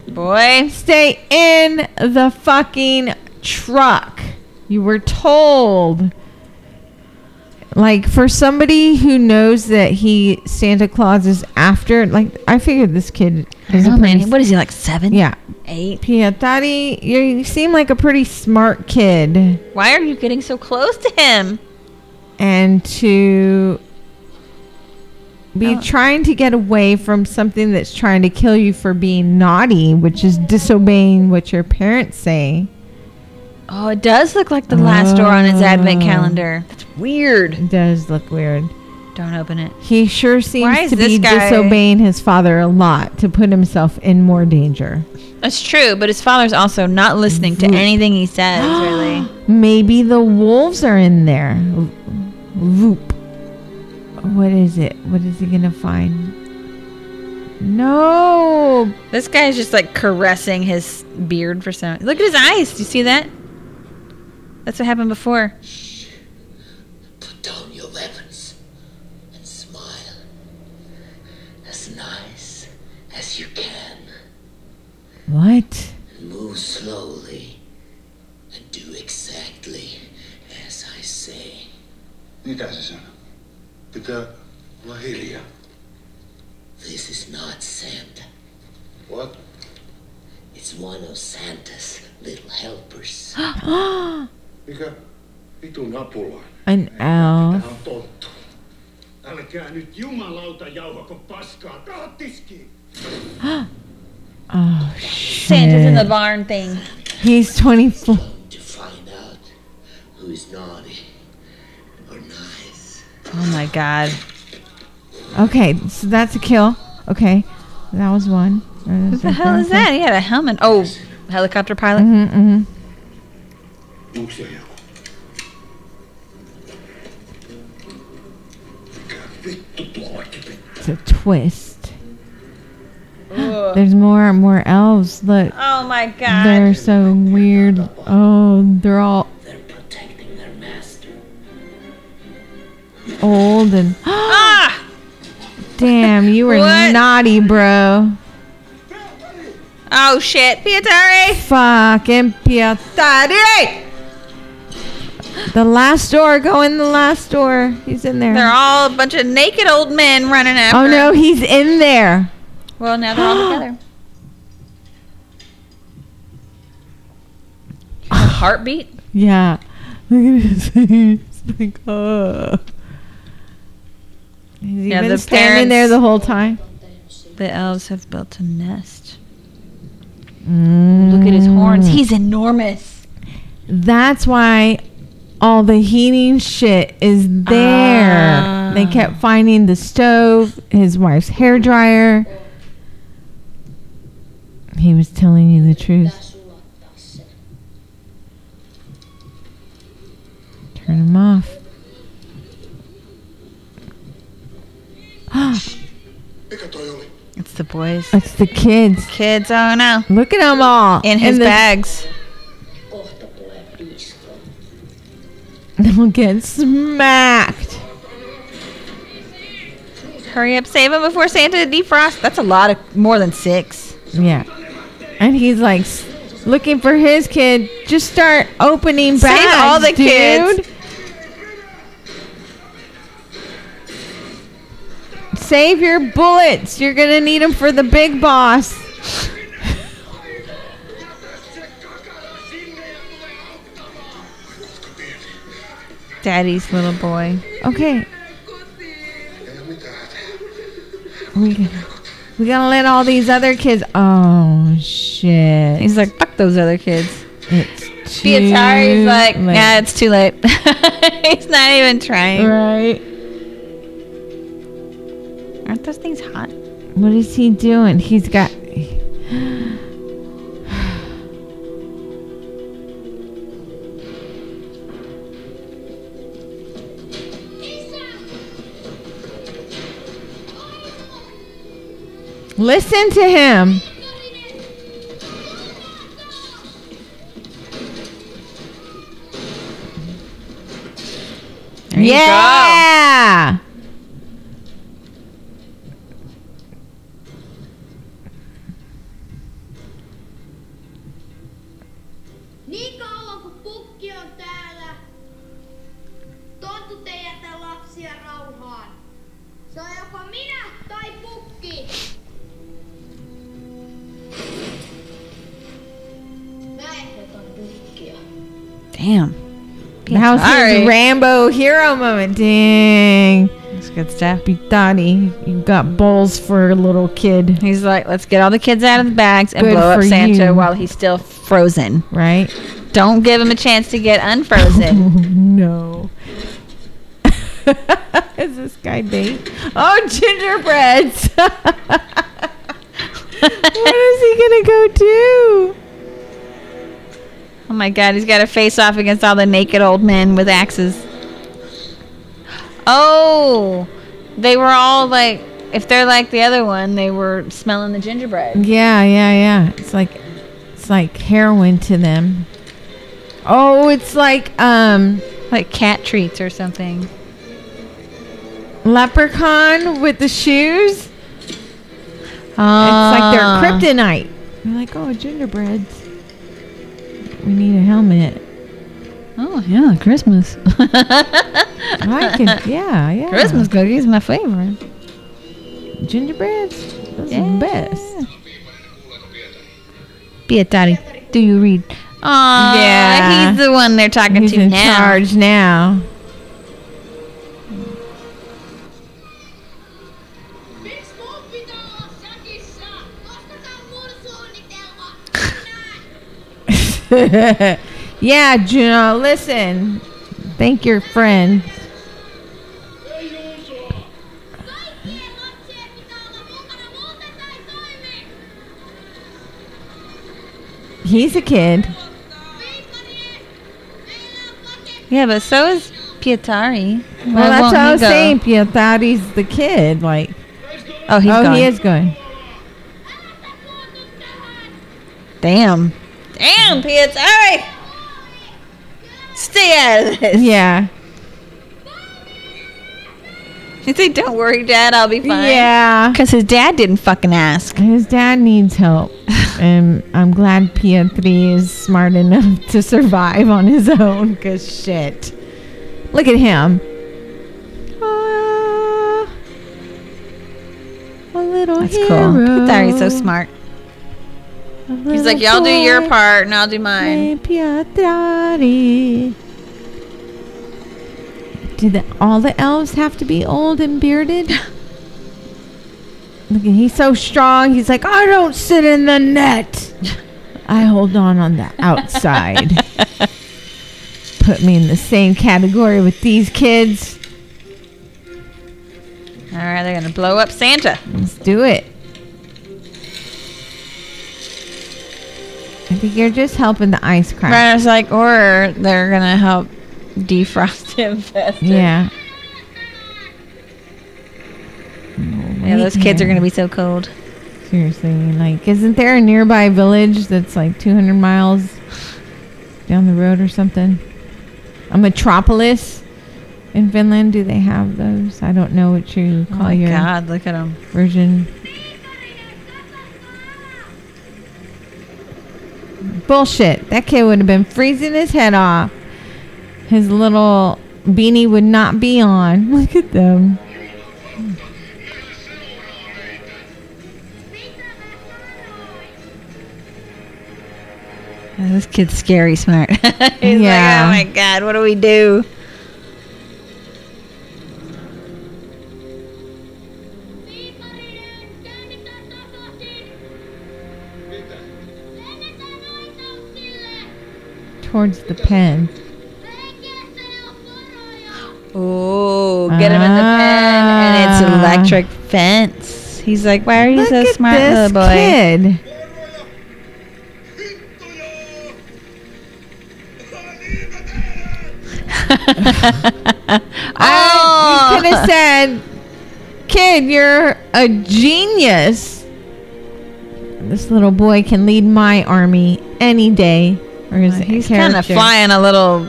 Speaker 1: Boy,
Speaker 2: Stay in the fucking truck. You were told. Like for somebody who knows that he Santa Claus is after, like I figured this kid is a
Speaker 1: Oh, man,
Speaker 2: pretty
Speaker 1: what is he like seven?
Speaker 2: yeah.
Speaker 1: eight.
Speaker 2: Piatari, you you seem like a pretty smart kid,
Speaker 1: Why are you getting so close to him?
Speaker 2: and to be
Speaker 1: Oh.
Speaker 2: trying to get away from something that's trying to kill you for being naughty, which is disobeying what your parents say.
Speaker 1: Oh, it does look like the last door on his advent
Speaker 2: Oh.
Speaker 1: calendar. That's weird.
Speaker 2: It does look weird.
Speaker 1: Don't open it.
Speaker 2: He sure seems
Speaker 1: is
Speaker 2: to be
Speaker 1: this guy-
Speaker 2: disobeying his father a lot to put himself in more danger.
Speaker 1: That's true, but his father's also not listening
Speaker 2: Mm-hmm.
Speaker 1: to anything he says, really.
Speaker 2: Maybe the wolves are in there. Loop. What is it? What is he gonna find? No.
Speaker 1: This guy's just like caressing his beard for some. Look at his eyes. Do you see that? That's what happened before.
Speaker 4: Put down your weapons and smile as nice as you can.
Speaker 2: What?
Speaker 4: Move slowly and do exactly as I say.
Speaker 13: Mitä se sanoo? Pitää olla hiljaa.
Speaker 4: This is not Santa.
Speaker 13: What?
Speaker 4: It's one of Santa's little helpers.
Speaker 13: Mikä vitun apulainen?
Speaker 2: An elf.
Speaker 13: Tähän on tottu. Älkää nyt jumalauta jauhako paskaa. Rahat tiskiin.
Speaker 2: Oh
Speaker 1: Santa's in the
Speaker 2: shit.
Speaker 1: barn thing.
Speaker 2: He's 24.
Speaker 4: to find out who is naughty or nice.
Speaker 1: Oh my god.
Speaker 2: Okay, so that's a kill. Okay, that was one.
Speaker 1: What the hell is that? He had a helmet. Oh, helicopter pilot.
Speaker 2: Mm-hmm.
Speaker 13: Onks siellä joku? Mikä vittu tuollakin pitää?
Speaker 2: It's a twist.
Speaker 1: Ugh.
Speaker 2: There's more and more elves. Look,
Speaker 1: Oh my god.
Speaker 2: they're so weird. Oh, they're all
Speaker 4: They're protecting their master.
Speaker 2: old and
Speaker 1: ah!
Speaker 2: damn, you were
Speaker 1: What?
Speaker 2: naughty, bro.
Speaker 1: Oh shit. Pietari!
Speaker 2: Fucking Piatari! The last door, go in the last door. He's in there.
Speaker 1: They're all a bunch of naked old men running after
Speaker 2: oh no,
Speaker 1: him.
Speaker 2: he's in there.
Speaker 1: Well, now they're all together. A heartbeat?
Speaker 2: Yeah. Look at his face. Like, oh. Has he
Speaker 1: Yeah,
Speaker 2: been
Speaker 1: the
Speaker 2: standing
Speaker 1: parents-
Speaker 2: there the whole time?
Speaker 1: The elves have built a nest. Look at his horns.
Speaker 2: Mm.
Speaker 1: He's enormous.
Speaker 2: That's why all the heating shit is there.
Speaker 1: Ah.
Speaker 2: They kept finding the stove, his wife's hair dryer. He was telling you the truth. Turn him off.
Speaker 13: Mikä toi oli?
Speaker 1: It's the boys.
Speaker 2: That's the kids.
Speaker 1: Kids, oh no.
Speaker 2: Look at them all
Speaker 1: In his
Speaker 2: the-
Speaker 1: bags.
Speaker 10: Kohta tulee piisko.
Speaker 2: They'll get smacked.
Speaker 1: Hurry up, save him before Santa defrosts. That's a lot of more than six.
Speaker 2: Yeah. And he's like s- looking for his kid. Just start opening
Speaker 1: Save
Speaker 2: bags,
Speaker 1: all the
Speaker 2: dude.
Speaker 1: kids.
Speaker 2: Save your bullets. You're gonna need them for the big boss.
Speaker 1: Daddy's little boy.
Speaker 2: Okay. We gonna, we gonna let all these other kids. Oh shit!
Speaker 1: He's like, fuck those other kids.
Speaker 2: It's
Speaker 1: Be
Speaker 2: too
Speaker 1: Atari's like,
Speaker 2: late.
Speaker 1: yeah, it's too late. He's not even trying.
Speaker 2: right.
Speaker 1: Aren't those things hot?
Speaker 2: What is he doing? He's got. Listen to him.
Speaker 1: There you
Speaker 2: yeah.
Speaker 16: Niin kauan kuin pukki on täällä, tontut ei jätä lapsia rauhaan. Se on joko minä tai pukki. Mä ehdotan pukkia.
Speaker 1: Damn. Be
Speaker 2: How's
Speaker 1: Atari.
Speaker 2: his Rambo hero moment? Dang.
Speaker 1: That's good stuff.
Speaker 2: Be Donnie, you got balls for a little kid,
Speaker 1: He's like, let's get all the kids out of the bags and
Speaker 2: Good
Speaker 1: blow up
Speaker 2: for
Speaker 1: Santa
Speaker 2: you.
Speaker 1: while he's still frozen.
Speaker 2: right?
Speaker 1: Don't give him a chance to get unfrozen.
Speaker 2: Oh no. Is this guy bait? Oh, gingerbreads. what is he gonna go do?
Speaker 1: oh my god, he's got to face off against all the naked old men with axes. Oh, they were all like, if they're like the other one, they were smelling the gingerbread.
Speaker 2: Yeah, yeah, yeah. It's like it's like heroin to them. Oh, it's like um
Speaker 1: Like cat treats or something.
Speaker 2: leprechaun with the shoes.
Speaker 1: Ah.
Speaker 2: it's like they're kryptonite. They're like, oh, gingerbreads. We need a helmet.
Speaker 1: Oh, yeah, Christmas.
Speaker 2: I could, yeah, yeah.
Speaker 1: Christmas cookies, my favorite.
Speaker 2: Gingerbreads? Those are
Speaker 1: Yeah.
Speaker 2: the best.
Speaker 1: Be it, Daddy. Do you read? Aw,
Speaker 2: Yeah.
Speaker 1: he's the one they're talking
Speaker 2: He's
Speaker 1: to
Speaker 2: in
Speaker 1: now.
Speaker 2: charge now.
Speaker 16: Miksi mun pitää olla säkissä? Nostakaa mun suunnitelma.
Speaker 2: yeah, Juno, listen. Thank your friend.
Speaker 16: Kaikkien lapsien pitää olla mukana, muuten tää ei toimi.
Speaker 2: He's a kid.
Speaker 16: niin,
Speaker 1: Yeah, but so is Pietari. Why
Speaker 2: well, that's
Speaker 1: won't
Speaker 2: what
Speaker 1: he
Speaker 2: I was
Speaker 1: go?
Speaker 2: saying. Pietari's the kid. Like,
Speaker 1: Oh, he's
Speaker 2: oh,
Speaker 1: gone.
Speaker 2: he is going.
Speaker 1: Damn. Damn, Pietari! Stay out of this.
Speaker 2: Yeah.
Speaker 1: He said, don't worry, Dad, I'll be fine.
Speaker 2: Yeah.
Speaker 1: Because his dad didn't fucking ask.
Speaker 2: His dad needs help. and I'm glad Pietri is smart enough to survive on his own because shit. Look at him. Ah, a little
Speaker 1: That's
Speaker 2: hero.
Speaker 1: cool. Pietari's so smart.
Speaker 2: A
Speaker 1: He's
Speaker 2: little
Speaker 1: like, y'all do your
Speaker 2: boy
Speaker 1: part and I'll do mine.
Speaker 2: named Pietri. Do the, all the elves have to be old and bearded? Look, at- he's so strong. He's like, I don't sit in the net. I hold on on the outside. Put me in the same category with these kids.
Speaker 1: All right, they're going to blow up Santa.
Speaker 2: Let's do it. I think you're just helping the ice crack.
Speaker 1: Right, I was like, or they're going to help defrost him faster.
Speaker 2: Yeah.
Speaker 1: Yeah, those kids are going to be so cold.
Speaker 2: Oh, be Oh, seriously like. Isn't there a nearby village that's like 200 miles down the road or something? A metropolis in Finland? Do they have those? I don't know what you
Speaker 1: Oh
Speaker 2: call
Speaker 1: my
Speaker 2: your
Speaker 1: God, look at him.
Speaker 2: version. Bullshit! That kid would have been freezing his head off. His little beanie would not be on. Look at them.
Speaker 1: Yeah, This kid's scary smart. He's
Speaker 2: Yeah.
Speaker 1: oh like, oh my god, what do we do?
Speaker 2: towards the pen.
Speaker 1: Oh, get him in the pen, and it's
Speaker 2: Ah.
Speaker 1: electric fence. He's like, why are you
Speaker 2: Look
Speaker 1: so
Speaker 2: at
Speaker 1: smart,
Speaker 2: this
Speaker 1: little boy?
Speaker 2: kid. I
Speaker 1: Oh.
Speaker 2: could have said, "Kid, you're a genius." This little boy can lead my army any day. Or is it
Speaker 1: He's kind of flying a little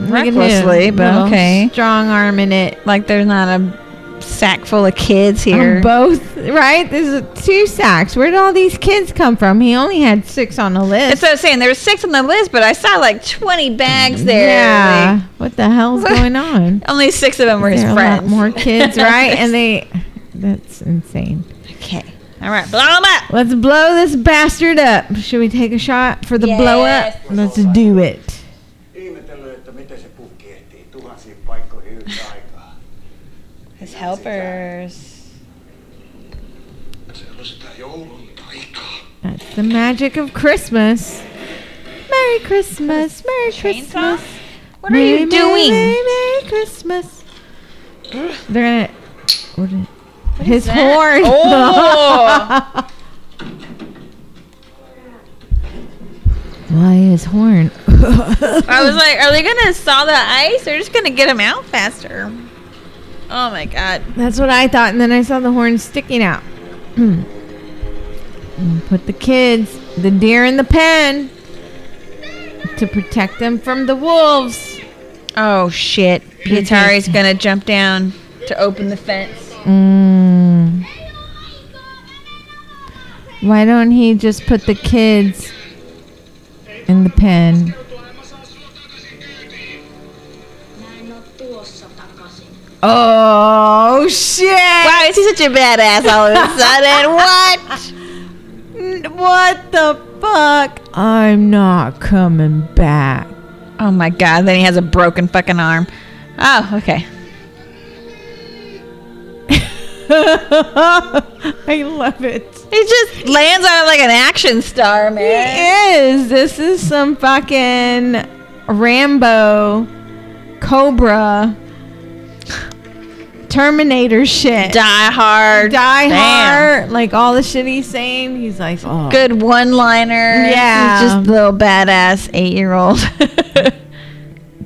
Speaker 1: recklessly, but okay.
Speaker 2: Strong arm in it.
Speaker 1: Like there's not a sack full of kids here.
Speaker 2: On Um, both, right? There's two sacks. Where did all these kids come from? He only had six on the
Speaker 1: That's
Speaker 2: list.
Speaker 1: what I was saying. There were six on the list, but I saw like 20 bags there.
Speaker 2: yeah.
Speaker 1: like,
Speaker 2: what the hell's going on?
Speaker 1: only six of them were his
Speaker 2: There are a lot
Speaker 1: friends.
Speaker 2: more kids, right? and they. That's insane.
Speaker 1: okay. All right, blow them up.
Speaker 2: Let's blow this bastard up. Should we take a shot for the blow up?
Speaker 1: Yes.
Speaker 2: Let's do it.
Speaker 17: Ihmetellyt, että miten se pukki ehtii tuhansiin paikkoihin yhtä aikaa.
Speaker 1: His helpers.
Speaker 14: Se on sitä joulun taikaa.
Speaker 2: That's the magic of Christmas. Merry Christmas. Merry Christmas.
Speaker 1: What are you
Speaker 2: Merry,
Speaker 1: doing?
Speaker 2: Merry, Merry Christmas. They're gonna. What is, his
Speaker 1: that?
Speaker 2: horn.
Speaker 1: Oh.
Speaker 2: Why his horn?
Speaker 1: I was like, are they going to saw the ice? They're just going to get him out faster. Oh my God.
Speaker 2: That's what I thought, and then I saw the horn sticking out. Hmm. And Put the kids, the deer in the pen, to protect them from the wolves.
Speaker 1: Oh shit. Pietari's going to jump down to open the fence.
Speaker 2: Mm. Why don't he just put the kids in the pen?
Speaker 10: Mä en oo tulossa takaisin.
Speaker 2: Oh shit!
Speaker 1: Wow, is he such a badass all of a sudden? what?
Speaker 2: N- What the fuck? I'm not coming back.
Speaker 1: Oh my god, then he has a broken fucking arm. Oh, okay.
Speaker 2: I love it.
Speaker 1: He just lands on it like an action star,
Speaker 2: He
Speaker 1: man.
Speaker 2: is. This is some fucking Rambo, Cobra, Terminator shit.
Speaker 1: Die hard.
Speaker 2: Die
Speaker 1: Damn.
Speaker 2: Hard. Like all the shit he's saying, he's like, oh.
Speaker 1: Good one liner.
Speaker 2: Yeah.
Speaker 1: He's just a little badass eight year old.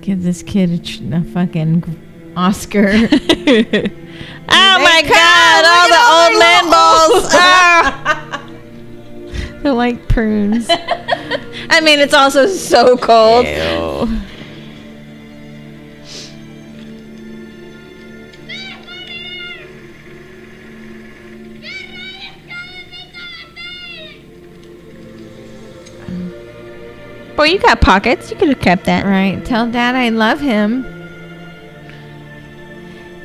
Speaker 2: Give this kid a, tr- a fucking Oscar. oh
Speaker 1: Oh my god, all the old man balls. Ah.
Speaker 2: They're like prunes.
Speaker 1: I mean, it's also so cold. Boy, you got pockets. You could have kept that.
Speaker 2: right. Tell dad I love him.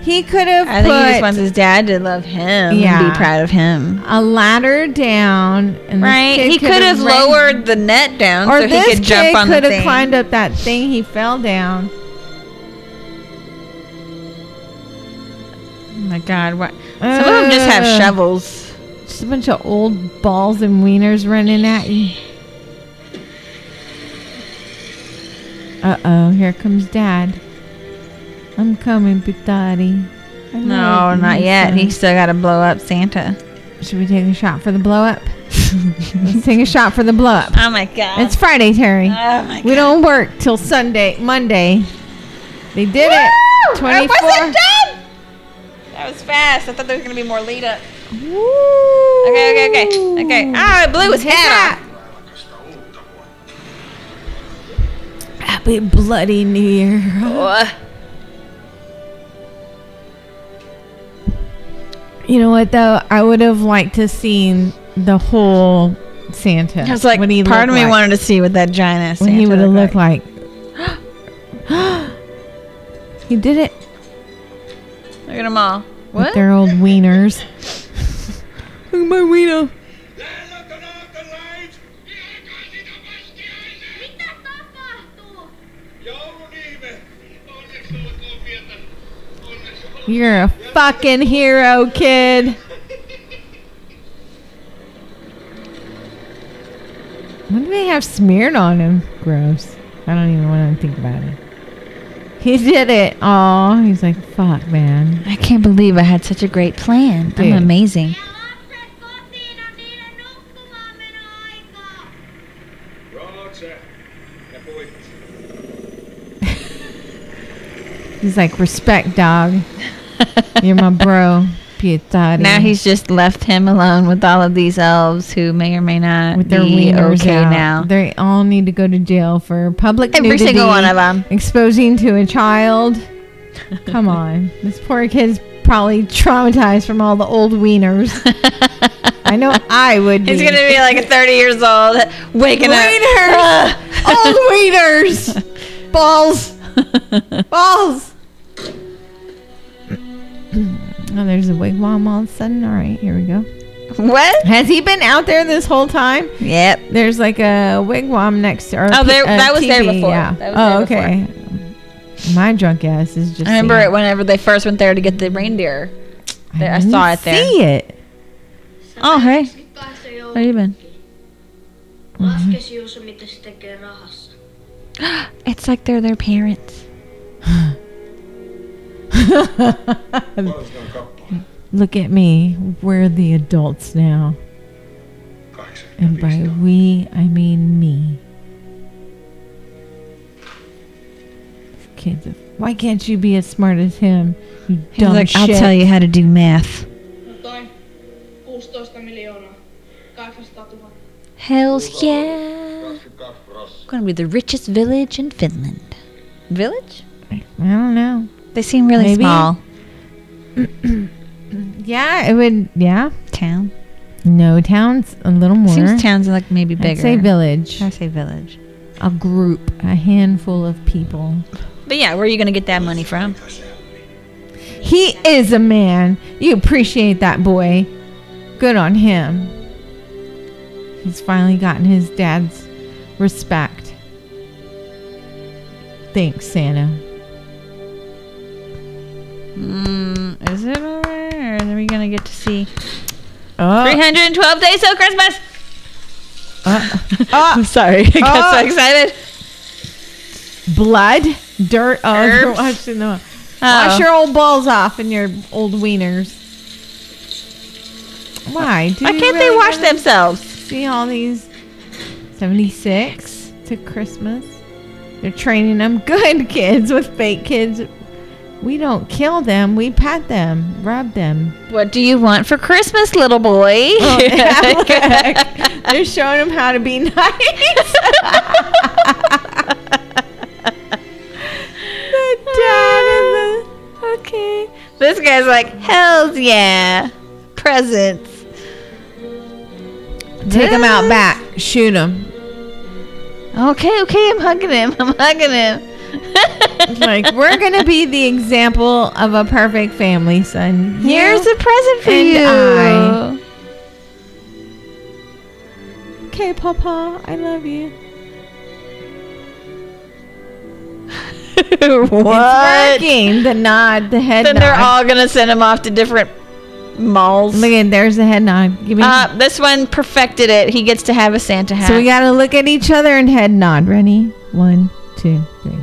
Speaker 2: He could have
Speaker 1: I think he just
Speaker 2: put-
Speaker 1: wants his dad to love him and
Speaker 2: Yeah.
Speaker 1: be proud of him.
Speaker 2: a ladder down. And this
Speaker 1: Right?
Speaker 2: kid
Speaker 1: He could have
Speaker 2: ran-
Speaker 1: lowered the net down
Speaker 2: or
Speaker 1: so
Speaker 2: this
Speaker 1: he could jump
Speaker 2: kid
Speaker 1: on the
Speaker 2: could
Speaker 1: thing.
Speaker 2: have climbed up that thing he fell down.
Speaker 1: oh my god, what? Some of them just have
Speaker 2: Ugh.
Speaker 1: shovels.
Speaker 2: Just a bunch of old balls and wieners running at you. Uh oh, here comes dad. I'm coming, big daddy. I
Speaker 1: No,
Speaker 2: love
Speaker 1: not
Speaker 2: you,
Speaker 1: yet.
Speaker 2: son.
Speaker 1: He still got to blow up Santa.
Speaker 2: Should we take a shot for the blow up? Let's take a shot for the blow up.
Speaker 1: Oh my god.
Speaker 2: It's Friday, Terry.
Speaker 1: Oh my
Speaker 2: we don't work till Sunday, Monday. They did it.
Speaker 1: Woo! I
Speaker 2: 24.
Speaker 1: wasn't done. That was fast. I thought there was gonna be more lead up.
Speaker 2: Woo.
Speaker 1: Okay, okay, okay, okay. Ah, it blew his head off.
Speaker 2: Happy bloody New Year.
Speaker 1: Oh,
Speaker 2: You know what though? I would have liked to seen the whole Santa.
Speaker 1: I was like,
Speaker 2: what he
Speaker 1: part of
Speaker 2: looked
Speaker 1: me
Speaker 2: like,
Speaker 1: wanted to see what that giant ass
Speaker 2: what he
Speaker 1: Santa
Speaker 2: would have
Speaker 1: looked
Speaker 2: looked like. he did it
Speaker 1: like. Look at them all.
Speaker 2: with
Speaker 1: What?
Speaker 2: their old wieners. Look at my wiener.
Speaker 16: Mitä tapahtuu?
Speaker 13: Joulun ihme! Onneksi olkoon pientä. Onneksi olkoon.
Speaker 2: You're a fucking hero, kid. What do they have smeared on him? Gross. I don't even want to think about it. He did it. Oh, he's like, fuck, man.
Speaker 1: I can't believe I had such a great plan.
Speaker 2: Dude.
Speaker 1: I'm amazing.
Speaker 9: Rootse, ne puit.
Speaker 2: He's like, respect, dog. You're my bro. Pietati.
Speaker 1: Now he's just left him alone with all of these elves who may or may not
Speaker 2: with their
Speaker 1: be
Speaker 2: wieners
Speaker 1: okay
Speaker 2: out.
Speaker 1: now.
Speaker 2: They all need to go to jail for public
Speaker 1: Every
Speaker 2: nudity,
Speaker 1: single one of 'em.
Speaker 2: exposing to a child. Come on, this poor kid's probably traumatized from all the old wieners. I know I would.
Speaker 1: He's
Speaker 2: be.
Speaker 1: gonna be like 30 years old, waking
Speaker 2: wieners,
Speaker 1: up.
Speaker 2: old wieners, balls, balls. oh, there's a wigwam all of a sudden. All right, here we go.
Speaker 1: What?
Speaker 2: Has he been out there this whole time?
Speaker 1: Yep.
Speaker 2: There's like a wigwam next to. Or
Speaker 1: Oh,
Speaker 2: a
Speaker 1: there-
Speaker 2: pi- a
Speaker 1: that was there
Speaker 2: teepee,
Speaker 1: before.
Speaker 2: Yeah.
Speaker 1: That
Speaker 2: oh,
Speaker 1: was there
Speaker 2: okay. My drunk ass is just.
Speaker 1: I remember
Speaker 2: seeing
Speaker 1: it whenever they first went there to get the reindeer.
Speaker 2: I,
Speaker 1: There, I,
Speaker 2: didn't
Speaker 1: saw it there.
Speaker 2: See it.
Speaker 1: Oh, hey. Where you been?
Speaker 6: Laskesi Juuso, mitä se tekee rahassa.
Speaker 1: It's like they're their parents.
Speaker 2: Look at me. We're the adults now. And by we, I mean me. These Kids, why can't you be as smart as him? You
Speaker 1: He's
Speaker 2: dumb
Speaker 1: like, I'll
Speaker 2: shit.
Speaker 1: tell you how to do math.
Speaker 7: Jotain 16 miljoonaa. 800 000.
Speaker 1: Hells yeah. Gonna be the richest village in Finland. Village?
Speaker 2: I don't know.
Speaker 1: They seem really
Speaker 2: Maybe.
Speaker 1: small.
Speaker 2: Yeah, it would. Yeah,
Speaker 1: Town?
Speaker 2: no towns, a little more.
Speaker 1: Seems towns are like maybe
Speaker 2: I'd
Speaker 1: bigger.
Speaker 2: say village,
Speaker 1: I say village.
Speaker 2: a group, a handful of people.
Speaker 1: But yeah, where are you gonna get that money from?
Speaker 2: He is a man. You appreciate that boy. Good on him. He's finally gotten his dad's respect. Thanks, Santa.
Speaker 1: Mm, is it over? Or are we gonna get to see
Speaker 2: Oh,
Speaker 1: 312 days till Christmas?
Speaker 2: oh,
Speaker 1: I'm sorry, I got
Speaker 2: Oh.
Speaker 1: so excited.
Speaker 2: blood, dirt. Oh, you're
Speaker 1: Herbs.
Speaker 2: washing
Speaker 1: Oh.
Speaker 2: them. Wash your old balls off and your old wieners. Why? Do
Speaker 1: Why
Speaker 2: we
Speaker 1: can't they
Speaker 2: really
Speaker 1: wash
Speaker 2: wanna
Speaker 1: themselves?
Speaker 2: See all these 76 to Christmas. They're training them good kids with fake kids. We don't kill them. We pat them, rub them.
Speaker 1: What do you want for Christmas, little boy?
Speaker 2: Oh, yeah, look. They're showing them how to be nice. the dad and the okay.
Speaker 1: This guy's like, hells yeah, presents.
Speaker 2: Take them out back. Shoot them.
Speaker 1: Okay, okay, I'm hugging him. I'm hugging him.
Speaker 2: Like we're gonna be the example of a perfect family, son.
Speaker 1: here's
Speaker 2: You
Speaker 1: a present for
Speaker 2: and
Speaker 1: you.
Speaker 2: I. Okay, Papa, I love you.
Speaker 1: what?
Speaker 2: It's working. The nod, the head
Speaker 1: Then
Speaker 2: nod.
Speaker 1: they're all gonna send him off to different malls.
Speaker 2: Look at there's the head nod. Give me.
Speaker 1: Uh, this one perfected it. He gets to have a Santa hat.
Speaker 2: so we gotta look at each other and head nod. Ready? One, two, three.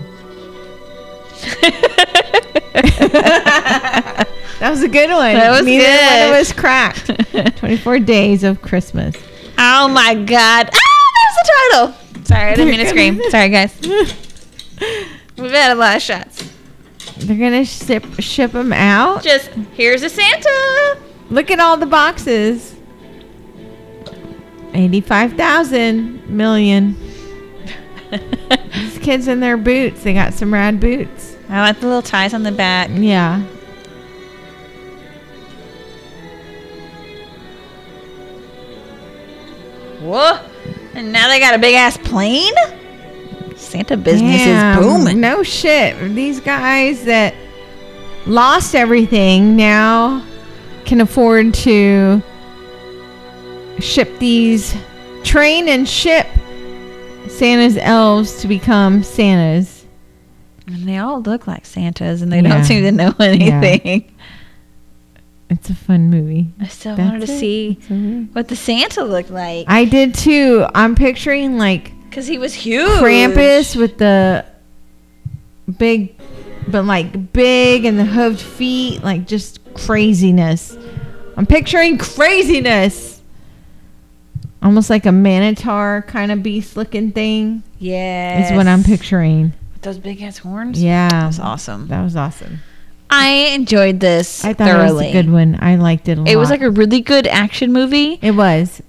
Speaker 2: That was a good one.
Speaker 1: That was
Speaker 2: Neither
Speaker 1: good.
Speaker 2: one of us cracked. Twenty-four days of Christmas.
Speaker 1: oh my god! Ah, there's the title. Sorry, I didn't mean to scream. Sorry, guys. We've had a lot of shots.
Speaker 2: They're gonna ship ship them out.
Speaker 1: Just here's a Santa.
Speaker 2: Look at all the boxes. Eighty-five thousand million. These kids in their boots. They got some rad boots.
Speaker 1: I like the little ties on the back.
Speaker 2: Yeah.
Speaker 1: Whoa! And now they got a big ass plane. Santa business
Speaker 2: Damn,
Speaker 1: is booming.
Speaker 2: No shit. These guys that lost everything now can afford to ship these, train and ship Santa's elves to become Santas.
Speaker 1: And they all look like Santas, and they
Speaker 2: Yeah.
Speaker 1: don't seem to know anything.
Speaker 2: It's a fun movie.
Speaker 1: I still
Speaker 2: That's
Speaker 1: wanted to
Speaker 2: it.
Speaker 1: see
Speaker 2: It's a movie.
Speaker 1: what the Santa looked like.
Speaker 2: I did too. I'm picturing like
Speaker 1: Because he was huge.
Speaker 2: Krampus with the big, but like big and the hooved feet, like just craziness. I'm picturing craziness. Almost like a Manatar kind of beast looking thing
Speaker 1: Yeah.
Speaker 2: is what I'm picturing.
Speaker 1: With those big ass horns?
Speaker 2: Yeah.
Speaker 1: That was awesome.
Speaker 2: That was awesome.
Speaker 1: I enjoyed this
Speaker 2: I thought
Speaker 1: thoroughly.
Speaker 2: it was a good one. I liked it a lot.
Speaker 1: It was like a really good action movie
Speaker 2: It was.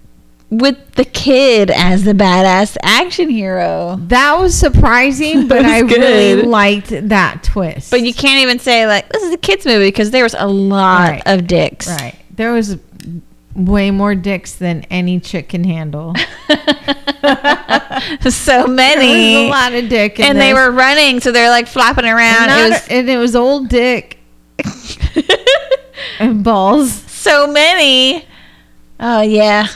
Speaker 1: with the kid as the badass action hero.
Speaker 2: That was surprising, but
Speaker 1: was
Speaker 2: I really
Speaker 1: good.
Speaker 2: liked that twist.
Speaker 1: But you can't even say like this is a kids movie because there was a lot
Speaker 2: Right.
Speaker 1: of dicks.
Speaker 2: Right. There was way more dicks than any chick can handle.
Speaker 1: so
Speaker 2: There was
Speaker 1: many.
Speaker 2: a lot of dick, in
Speaker 1: and they
Speaker 2: this.
Speaker 1: were running, so they're like flopping around.
Speaker 2: Not-
Speaker 1: It was
Speaker 2: and it was old dick and balls.
Speaker 1: so many. Oh yeah,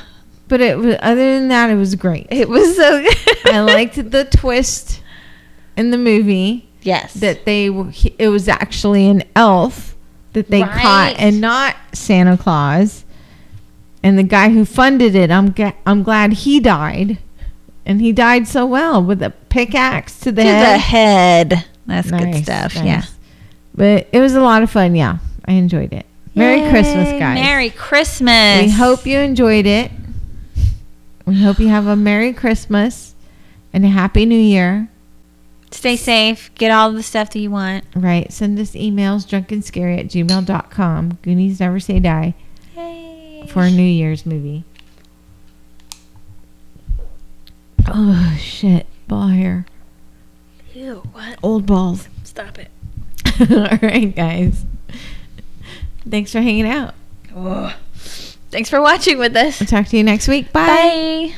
Speaker 2: But it was other than that, it was great.
Speaker 1: it was so.
Speaker 2: I liked the twist in the movie
Speaker 1: yes.
Speaker 2: that they were. he- It was actually an elf that they caught,
Speaker 1: Right.
Speaker 2: and not Santa Claus. And the guy who funded it, I'm ga- I'm glad he died, and he died so well with a pickaxe to the
Speaker 1: to
Speaker 2: head.
Speaker 1: the head. That's
Speaker 2: Nice,
Speaker 1: good stuff.
Speaker 2: nice.
Speaker 1: Yeah.
Speaker 2: But it was a lot of fun. Yeah, I enjoyed it. Merry Christmas,
Speaker 1: Yay,
Speaker 2: guys.
Speaker 1: Merry Christmas.
Speaker 2: We hope you enjoyed it. We hope you have a Merry Christmas and a Happy New Year.
Speaker 1: Stay safe. Get all the stuff that you want.
Speaker 2: Right. Send us emails, drunkandscary at gmail.com. Goonies Never Say Die for a New Year's movie. Oh, shit. Ball hair.
Speaker 7: Ew, what?
Speaker 2: Old balls.
Speaker 7: Stop it.
Speaker 2: All right, guys. Thanks for hanging out.
Speaker 1: Thanks for watching with us.
Speaker 2: I'll talk to you next week. Bye.
Speaker 1: Bye.